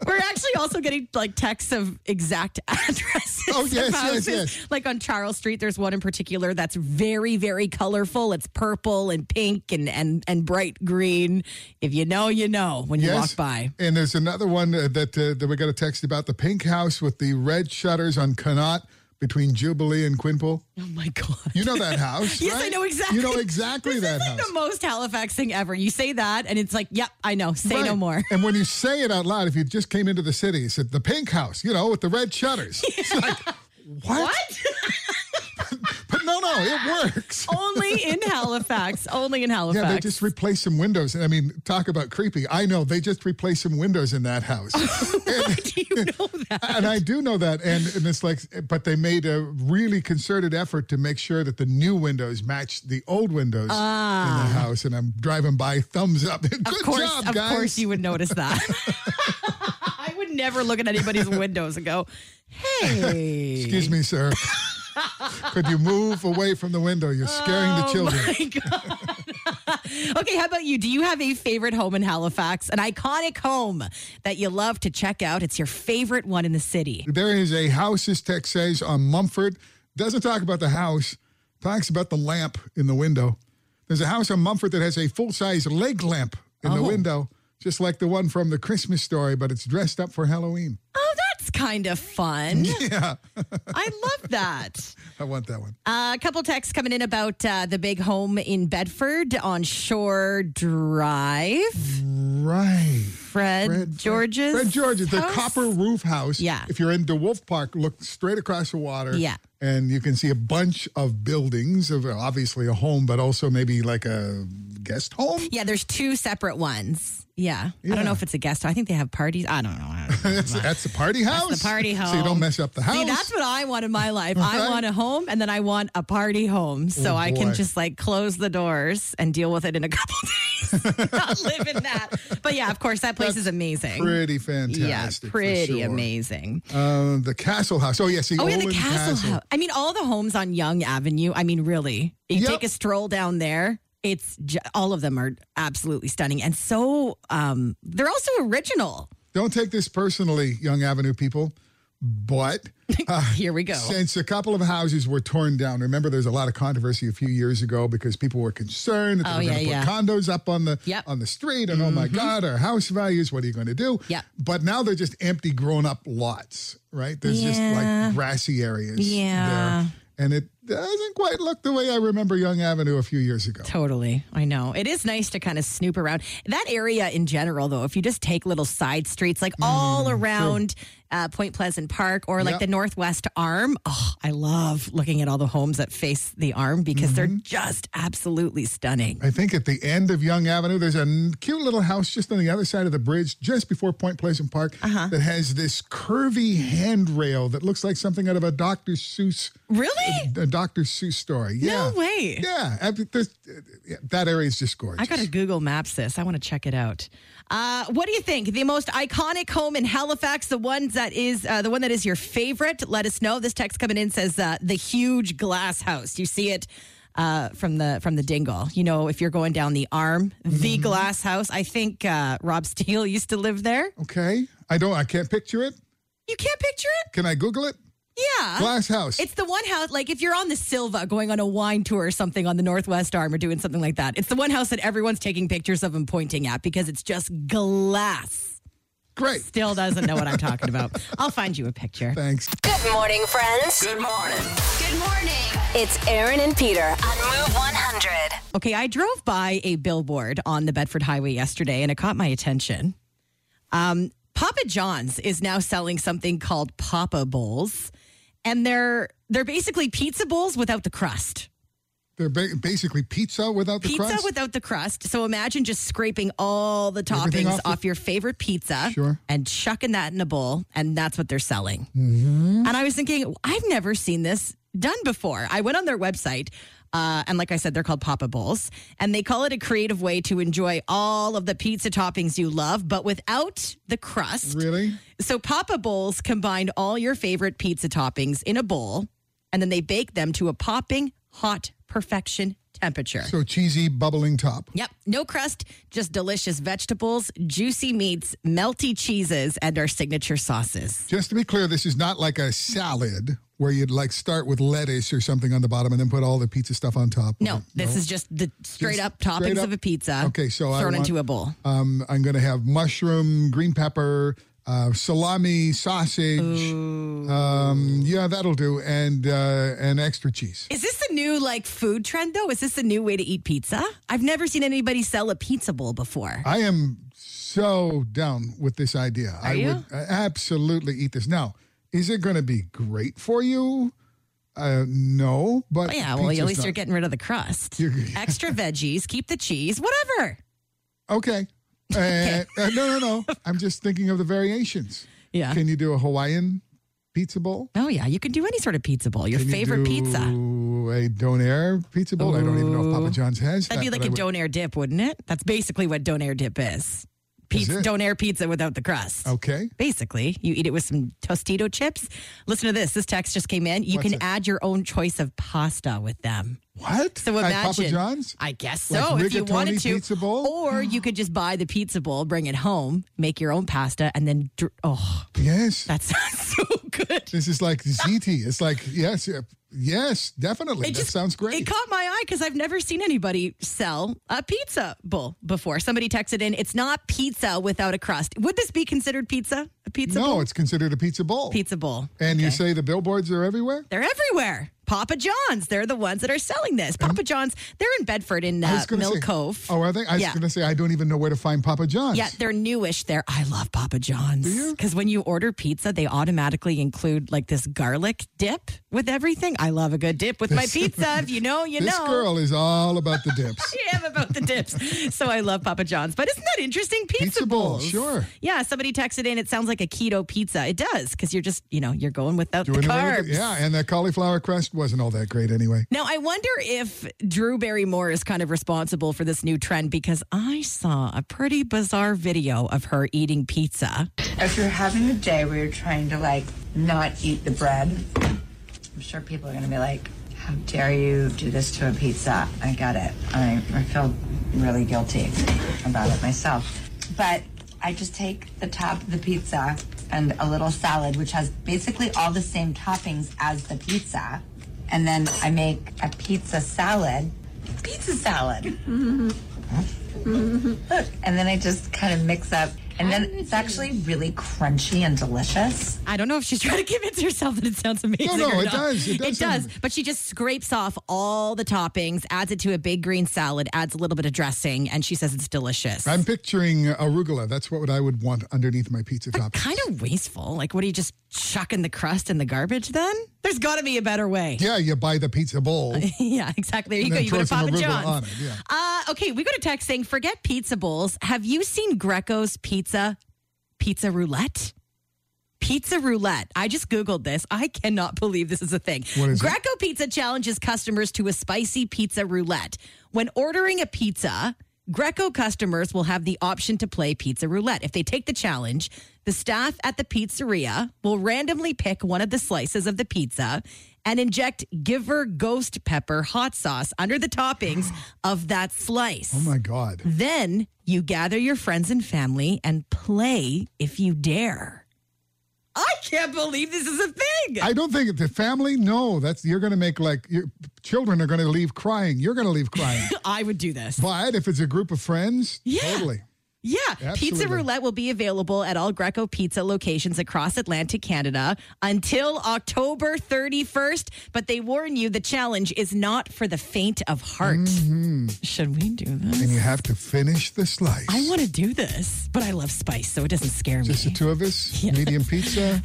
Speaker 3: We're actually also getting like texts of exact addresses.
Speaker 4: Oh,
Speaker 3: of
Speaker 4: yes, yes,
Speaker 3: houses.
Speaker 4: yes.
Speaker 3: Like on Charles Street, there's one in particular that's very, very colorful. It's purple and pink and and and bright green. If you know, you know when you walk by.
Speaker 4: And there's another one uh, that uh, that we got a text about the pink house with the red shutters on Connaught between Jubilee and Quimple.
Speaker 3: Oh my God.
Speaker 4: You know that house,
Speaker 3: Yes, I
Speaker 4: right?
Speaker 3: know exactly.
Speaker 4: You know exactly
Speaker 3: this
Speaker 4: that
Speaker 3: is like
Speaker 4: house.
Speaker 3: the most Halifax thing ever. You say that, and it's like, yep, I know. Say no
Speaker 4: Right.
Speaker 3: more.
Speaker 4: And when you say it out loud, if you just came into the city, you said the pink house, you know, with the red shutters. It's like, what? But no, no, it works.
Speaker 3: Only in Halifax. Only in Halifax.
Speaker 4: Yeah, they just replaced some windows. And I mean, talk about creepy. I know they just replaced some windows in that house. and,
Speaker 3: Do you know that?
Speaker 4: and I do know that. And, and it's like, but they made a really concerted effort to make sure that the new windows matched the old windows in the house. And I'm driving by, thumbs up. Good
Speaker 3: Ah. Of course,
Speaker 4: job,
Speaker 3: of
Speaker 4: guys.
Speaker 3: course, you would notice that. I would never look at anybody's windows and go, "Hey,
Speaker 4: Excuse me, sir. Could you move away from the window? You're scaring the children.
Speaker 3: Oh, my God." okay, how about you? Do you have a favorite home in Halifax, an iconic home that you love to check out? It's your favorite one in the city.
Speaker 4: There is a house, as Tech says, on Mumford. Doesn't talk about the house, talks about the lamp in the window. There's a house on Mumford that has a full size leg lamp in
Speaker 3: Oh.
Speaker 4: the window, just like the one from the Christmas story, but it's dressed up for Halloween.
Speaker 3: Oh, that's kind of fun.
Speaker 4: Yeah,
Speaker 3: I love that.
Speaker 4: I want that one.
Speaker 3: Uh, a couple texts coming in about uh, the big home in Bedford on Shore Drive.
Speaker 4: Right.
Speaker 3: Fred, George's.
Speaker 4: Fred George's, the
Speaker 3: house?
Speaker 4: copper roof house.
Speaker 3: Yeah.
Speaker 4: If you're in DeWolf Park, look straight across the water.
Speaker 3: Yeah.
Speaker 4: And you can see a bunch of buildings, of obviously a home, but also maybe like a guest home.
Speaker 3: Yeah, there's two separate ones. Yeah. I
Speaker 4: Yeah.
Speaker 3: don't know if it's a guest. I think they have parties. I don't know. I don't know.
Speaker 4: That's, that's a party house.
Speaker 3: the party
Speaker 4: So you
Speaker 3: home.
Speaker 4: don't mess up the house.
Speaker 3: See, that's what I want in my life.
Speaker 4: Right.
Speaker 3: I want a home and then I want a party home so
Speaker 4: Oh,
Speaker 3: I can
Speaker 4: boy.
Speaker 3: just like close the doors and deal with it in a couple days. Not live in that. But yeah, of course, that place is amazing.
Speaker 4: pretty fantastic.
Speaker 3: yeah,
Speaker 4: for
Speaker 3: pretty
Speaker 4: sure.
Speaker 3: amazing.
Speaker 4: Uh, the castle house. Oh, yes.
Speaker 3: Oh, yeah, the castle, house. I mean, all the homes on Young Avenue. I mean, really, you
Speaker 4: Yep.
Speaker 3: take a stroll down there. It's ju- all of them are absolutely stunning and so um they're also original.
Speaker 4: Don't take this personally, Young Avenue people, but
Speaker 3: Here we go.
Speaker 4: Since a couple of houses were torn down, remember there's a lot of controversy a few years ago because people were concerned that they
Speaker 3: Oh,
Speaker 4: were going to
Speaker 3: yeah,
Speaker 4: put condos up on the
Speaker 3: Yep. Mm-hmm.
Speaker 4: on the street, and oh my God, our house values, what are you going to do?
Speaker 3: Yep.
Speaker 4: But now they're just empty, grown up lots, right? There's just
Speaker 3: Yeah.
Speaker 4: like grassy areas.
Speaker 3: Yeah.
Speaker 4: There. And it doesn't quite look the way I remember Young Avenue a few years ago.
Speaker 3: Totally. I know. It is nice to kind of snoop around. That area in general, though, if you just take little side streets, like all around uh, Point Pleasant Park or like
Speaker 4: Mm, Yep.
Speaker 3: the Northwest Arm, oh, I love looking at all the homes that face the arm because they're just absolutely stunning.
Speaker 4: Mm-hmm. I think at the end of Young Avenue, there's a n- cute little house just on the other side of the bridge, just before Point Pleasant Park,
Speaker 3: Uh-huh.
Speaker 4: that has this curvy handrail that looks like something out of a Dr. Seuss,
Speaker 3: Really?
Speaker 4: a Dr. Seuss story. Yeah.
Speaker 3: No way.
Speaker 4: Yeah, I mean, there's- yeah, that area is just gorgeous.
Speaker 3: I got to Google Maps this. I want to check it out. Uh, what do you think? The most iconic home in Halifax, the one that is uh, the one that is your favorite. Let us know. This text coming in says uh, the huge glass house. You see it uh, from the from the Dingle. You know, if you're going down the arm,
Speaker 4: Mm-hmm.
Speaker 3: the glass house. I think uh, Rob Steele used to live there.
Speaker 4: Okay. I don't, I can't picture it.
Speaker 3: You can't picture it.
Speaker 4: Can I Google it?
Speaker 3: Yeah.
Speaker 4: Glass house.
Speaker 3: Uh, It's the one house, like if you're on the Silva going on a wine tour or something on the Northwest Arm or doing something like that, it's the one house that everyone's taking pictures of and pointing at because it's just glass.
Speaker 4: Great.
Speaker 3: Still doesn't know what I'm talking about. I'll find you a picture.
Speaker 4: Thanks.
Speaker 2: Good morning, friends.
Speaker 1: Good morning.
Speaker 2: Good morning. It's Aaron and Peter on Move 100.
Speaker 3: Okay, I drove by a billboard on the Bedford Highway yesterday and it caught my attention. Um, Papa John's is now selling something called Papa Bowls, and they're they're basically pizza bowls without the crust.
Speaker 4: They're ba- basically pizza without the
Speaker 3: pizza
Speaker 4: crust.
Speaker 3: without the crust. So imagine just scraping all the
Speaker 4: Everything
Speaker 3: toppings off,
Speaker 4: off the-
Speaker 3: your favorite pizza
Speaker 4: Sure.
Speaker 3: and chucking that in a bowl, and that's what they're selling.
Speaker 4: Mm-hmm.
Speaker 3: And I was thinking, I've never seen this done before. I went on their website. Uh, and like I said, they're called Papa Bowls. And they call it a creative way to enjoy all of the pizza toppings you love, but without the crust.
Speaker 4: really?
Speaker 3: So Papa Bowls combine all your favorite pizza toppings in a bowl, and then they bake them to a popping hot perfection temperature.
Speaker 4: So cheesy bubbling top.
Speaker 3: Yep, no crust, just delicious vegetables, juicy meats, melty cheeses, and our signature sauces.
Speaker 4: Just to be clear, this is not like a salad where you'd like start with lettuce or something on the bottom and then put all the pizza stuff on top.
Speaker 3: No, this is just the straight
Speaker 4: Mm-hmm. Just
Speaker 3: up toppings
Speaker 4: straight up-
Speaker 3: of a pizza.
Speaker 4: Okay, so I
Speaker 3: thrown
Speaker 4: want-
Speaker 3: into a bowl.
Speaker 4: Um, I'm going to have mushroom, green pepper, uh, salami, sausage. Um, yeah, that'll do, and uh, and extra cheese.
Speaker 3: Is this a new like food trend though? Is this a new way to eat pizza? I've never seen anybody sell a pizza bowl before.
Speaker 4: I am so down with this idea. I
Speaker 3: you?
Speaker 4: would uh, absolutely eat this. Now, is it going to be great for you? Uh, no, but
Speaker 3: But Oh, yeah, well, at
Speaker 4: pizza's
Speaker 3: least
Speaker 4: not.
Speaker 3: you're getting rid of the crust.
Speaker 4: You're-
Speaker 3: Extra veggies, keep the cheese, whatever.
Speaker 4: Okay. Uh, uh, no, no, no. I'm just thinking of the variations.
Speaker 3: Yeah.
Speaker 4: Can you do a Hawaiian pizza bowl?
Speaker 3: oh yeah, you can do any sort of pizza bowl. Your
Speaker 4: Can you
Speaker 3: favorite
Speaker 4: do
Speaker 3: pizza.
Speaker 4: A donair pizza bowl. I don't even know if Papa John's has
Speaker 3: That'd
Speaker 4: that,
Speaker 3: be like
Speaker 4: Uh, but
Speaker 3: a
Speaker 4: I would-
Speaker 3: donair dip, wouldn't it? That's basically what donair dip is. Pizza,
Speaker 4: it?
Speaker 3: donair pizza without the crust.
Speaker 4: Okay.
Speaker 3: Basically, you eat it with some Tostito chips. Listen to this. This text just came in. You
Speaker 4: What's
Speaker 3: can
Speaker 4: it?
Speaker 3: add your own choice of pasta with them.
Speaker 4: What?
Speaker 3: So
Speaker 4: At
Speaker 3: imagine.
Speaker 4: Papa John's?
Speaker 3: I guess
Speaker 4: Like
Speaker 3: so. if you
Speaker 4: rigatoni
Speaker 3: wanted to,
Speaker 4: pizza bowl?
Speaker 3: or you could just buy the pizza bowl, bring it home, make your own pasta, and then dr- oh,
Speaker 4: Yes.
Speaker 3: that sounds so good.
Speaker 4: This is like ZT. It's like, yes, uh, yes, definitely. that sounds great.
Speaker 3: It caught my eye because I've never seen anybody sell a pizza bowl before. Somebody texted in, "It's not pizza without a crust. Would this be considered pizza? A pizza
Speaker 4: no,
Speaker 3: bowl?
Speaker 4: it's considered a pizza bowl.
Speaker 3: Pizza bowl.
Speaker 4: And you say the billboards are everywhere?
Speaker 3: They're everywhere. Papa John's. They're the ones that are selling this. Papa John's. They're in Bedford in
Speaker 4: Mm-hmm. I
Speaker 3: uh,
Speaker 4: was gonna
Speaker 3: Mill
Speaker 4: say-
Speaker 3: Cove.
Speaker 4: Oh, are they? I was
Speaker 3: Yeah.
Speaker 4: going to say, I don't even know where to find Papa John's.
Speaker 3: yeah, they're newish there. I love Papa John's. Because when you order pizza, they automatically include like this garlic dip with everything. I love a good dip with my pizza. If you know, you
Speaker 4: this
Speaker 3: know.
Speaker 4: girl is all about the dips.
Speaker 3: I am about the dips. So I love Papa John's. But isn't that interesting? Pizza,
Speaker 4: Pizza bowl,
Speaker 3: bowls.
Speaker 4: sure.
Speaker 3: Yeah, somebody texted in. It sounds like a keto pizza. It does because you're just, you know, you're going without
Speaker 4: Doing
Speaker 3: the
Speaker 4: away with
Speaker 3: carbs.
Speaker 4: it. Yeah, and that cauliflower crust wasn't all that great anyway.
Speaker 3: Now I wonder if Drew Barrymore is kind of responsible for this new trend because I saw a pretty bizarre video of her eating pizza.
Speaker 7: If you're having a day where you're trying to like not eat the bread, I'm sure people are gonna be like, "How dare you do this to a pizza?" I got it. I, I feel really guilty about it myself, but I just take the top of the pizza and a little salad, which has basically all the same toppings as the pizza, and then I make a pizza salad. Pizza salad. Look, and then I just kind of mix up, and then it's actually really crunchy and delicious.
Speaker 3: I don't know if she's trying to convince herself that it sounds amazing.
Speaker 4: no,
Speaker 3: or
Speaker 4: it
Speaker 3: not.
Speaker 4: does. It does sound-
Speaker 3: But she just scrapes off all the toppings, adds it to a big green salad, adds a little bit of dressing, and she says it's delicious.
Speaker 4: I'm picturing arugula. That's what I would want underneath my pizza topping.
Speaker 3: kind of wasteful. Like, what are you just chucking the crust in the garbage then? There's got to be a better way.
Speaker 4: yeah, you buy the pizza bowl.
Speaker 3: yeah, exactly. There you
Speaker 4: And
Speaker 3: go.
Speaker 4: then
Speaker 3: You
Speaker 4: throw
Speaker 3: go to
Speaker 4: some
Speaker 3: Papa
Speaker 4: arugula
Speaker 3: John's.
Speaker 4: on it, yeah.
Speaker 3: uh, okay, we got a text saying, forget pizza bowls. Have you seen Greco's Pizza, Pizza Roulette? Pizza roulette. I just Googled this. I cannot believe this is a thing.
Speaker 4: What is it?
Speaker 3: Greco Pizza challenges customers to a spicy pizza roulette. When ordering a pizza, Greco customers will have the option to play pizza roulette. If they take the challenge, the staff at the pizzeria will randomly pick one of the slices of the pizza and inject Giver Ghost Pepper hot sauce under the toppings of that slice.
Speaker 4: Oh my God.
Speaker 3: Then you gather your friends and family and play if you dare. I can't believe this is a thing.
Speaker 4: I don't think the family. No, that's you're going to make like your children are going to leave crying. You're going to leave crying.
Speaker 3: I would do this.
Speaker 4: but if it's a group of friends,
Speaker 3: Yeah.
Speaker 4: totally.
Speaker 3: Yeah,
Speaker 4: Absolutely.
Speaker 3: Pizza Roulette will be available at all Greco Pizza locations across Atlantic Canada until October 31st. But they warn you the challenge is not for the faint of heart.
Speaker 4: Mm-hmm.
Speaker 3: Should we do this?
Speaker 4: And you have to finish the slice.
Speaker 3: I want to do this, but I love spice, so it doesn't scare me.
Speaker 4: Just the two of us. Medium pizza.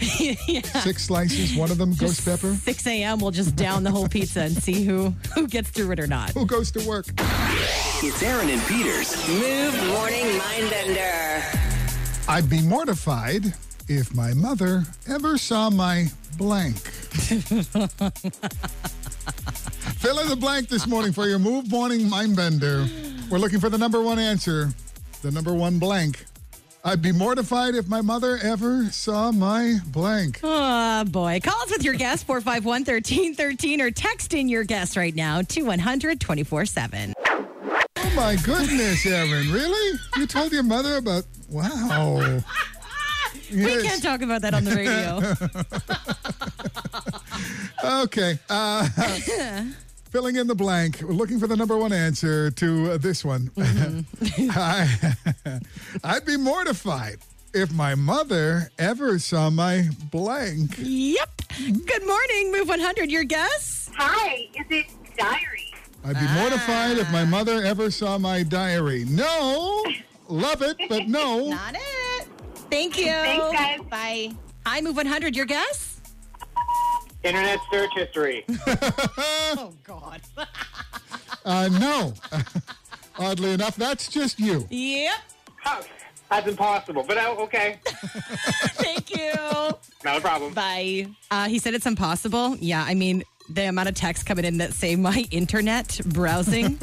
Speaker 4: Six slices. One of them ghost pepper.
Speaker 3: 6 a.m. We'll just down the whole pizza and see who who gets through it or not.
Speaker 4: Who goes to work?
Speaker 1: It's Aaron and Peter's.
Speaker 2: Move Morning Mindbender.
Speaker 4: I'd be mortified if my mother ever saw my blank. Fill in the blank this morning for your Move Morning Mindbender. We're looking for the number one answer, the number one blank. I'd be mortified if my mother ever saw my blank.
Speaker 3: Oh boy. Call us with your guess 451 1313 or text in your guess right now to 100 24 7.
Speaker 4: Oh my goodness, Erin, really? You told your mother about. Wow.
Speaker 3: We can't talk about that on the radio.
Speaker 4: Okay. Uh, filling in the blank. We're looking for the number one answer to uh, this one. I, I'd be mortified if my mother ever saw my blank.
Speaker 3: Yep. Good morning, Move 100. Your guess?
Speaker 8: Hi, is it diary?
Speaker 4: I'd be mortified if my mother ever saw my diary. No. Love it, but no.
Speaker 9: Not it.
Speaker 3: Thank you.
Speaker 8: Thanks, guys.
Speaker 9: Bye.
Speaker 3: Hi, Move 100. Your guess?
Speaker 10: Internet search history.
Speaker 3: Oh, God.
Speaker 4: Uh, no. Oddly enough, that's just you.
Speaker 3: Yep.
Speaker 10: Huh, That's impossible. But oh, okay,
Speaker 3: Thank you.
Speaker 10: not a problem.
Speaker 3: Bye. Uh, he said it's impossible. Yeah, I mean, the amount of texts coming in that say my internet browsing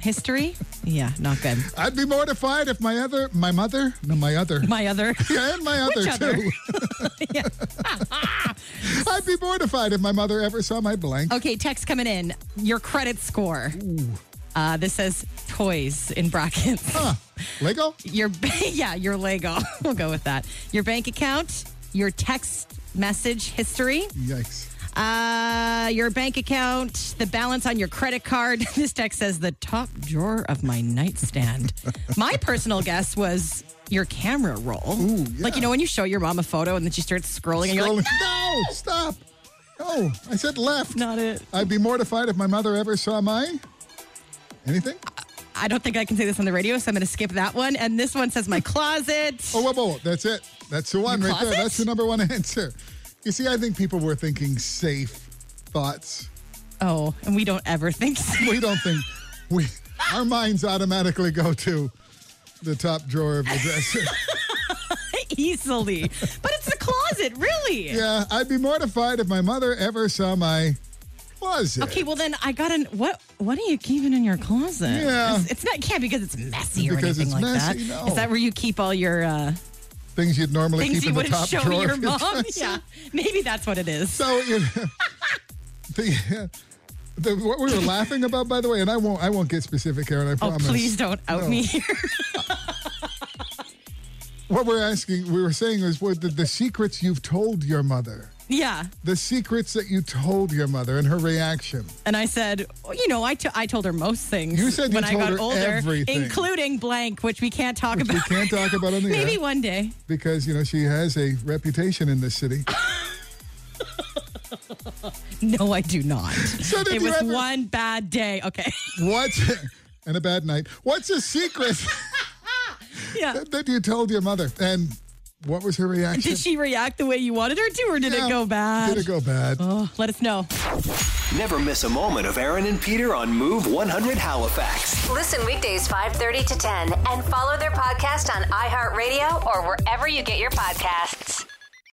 Speaker 3: history. Yeah, not good.
Speaker 4: I'd be mortified if my other, my mother, no, my other,
Speaker 3: My other.
Speaker 4: yeah, and my other
Speaker 3: Which other?
Speaker 4: too. I'd be mortified if my mother ever saw my blank.
Speaker 3: Okay, text coming in. Your credit score. Uh, this says toys in brackets.
Speaker 4: Huh. Lego?
Speaker 3: your ba- yeah your lego we'll go with that your bank account your text message history
Speaker 4: Yikes.
Speaker 3: uh your bank account the balance on your credit card this text says the top drawer of my nightstand my personal guess was your camera roll
Speaker 4: Ooh,
Speaker 3: like you
Speaker 4: yeah.
Speaker 3: know when you show your mom a photo and then she starts scrolling, and you're like
Speaker 4: no! stop. Oh, I said left.
Speaker 3: not it
Speaker 4: I'd be mortified if my mother ever saw my anything.
Speaker 3: i don't think i can say this on the radio so i'm gonna skip that one and this one says my closet
Speaker 4: Oh, whoa, whoa, that's it. That's the one
Speaker 3: Your
Speaker 4: right there.
Speaker 3: closet?
Speaker 4: That's the number one answer. You see, I think people were thinking safe thoughts.
Speaker 3: oh and we don't ever think so.
Speaker 4: We don't think we our minds automatically go to the top drawer of the dresser.
Speaker 3: easily but it's the closet really
Speaker 4: yeah, I'd be mortified if my mother ever saw my closet.
Speaker 3: Okay, well then I got an what? What are you keeping in your closet?
Speaker 4: Yeah.
Speaker 3: it's, it's not it can't because it's messy or
Speaker 4: Because
Speaker 3: anything like
Speaker 4: it's messy,
Speaker 3: that.
Speaker 4: no.
Speaker 3: Is that where you keep all your uh,
Speaker 4: Things you'd normally
Speaker 3: things
Speaker 4: keep
Speaker 3: you
Speaker 4: in the
Speaker 3: wouldn't
Speaker 4: top
Speaker 3: show
Speaker 4: drawer.
Speaker 3: your
Speaker 4: of the
Speaker 3: mom?
Speaker 4: dresser.
Speaker 3: Yeah, maybe that's what it is.
Speaker 4: So you know, the, the what we were laughing about, by the way, and I won't I won't get specific, Aaron. I
Speaker 3: Oh,
Speaker 4: promise.
Speaker 3: please don't out
Speaker 4: No.
Speaker 3: me here.
Speaker 4: What we're asking, we were saying, is what the, the secrets you've told your mother,
Speaker 3: yeah,
Speaker 4: the secrets that you told your mother, and her reaction.
Speaker 3: and I said, well, you know, I, t- I told her most things.
Speaker 4: You said you
Speaker 3: when I
Speaker 4: told
Speaker 3: got
Speaker 4: her
Speaker 3: older,
Speaker 4: everything.
Speaker 3: including blank, which we can't talk
Speaker 4: Which we
Speaker 3: about.
Speaker 4: can't talk about on the
Speaker 3: maybe
Speaker 4: air
Speaker 3: one day.
Speaker 4: because you know she has a reputation in this city.
Speaker 3: No, I do not.
Speaker 4: So did
Speaker 3: it
Speaker 4: you
Speaker 3: was
Speaker 4: ever-
Speaker 3: one bad day. Okay.
Speaker 4: What? and a bad night. What's a secret
Speaker 3: yeah.
Speaker 4: that you told your mother, and what was her reaction?
Speaker 3: Did she react the way you wanted her to, or did
Speaker 4: Yeah.
Speaker 3: it go bad?
Speaker 4: Did it go bad?
Speaker 3: Oh, let us know.
Speaker 1: Never miss a moment of Aaron and Peter on Move 100 Halifax.
Speaker 2: Listen weekdays 5:30 to 10 and follow their podcast on iHeartRadio or wherever you get your podcasts.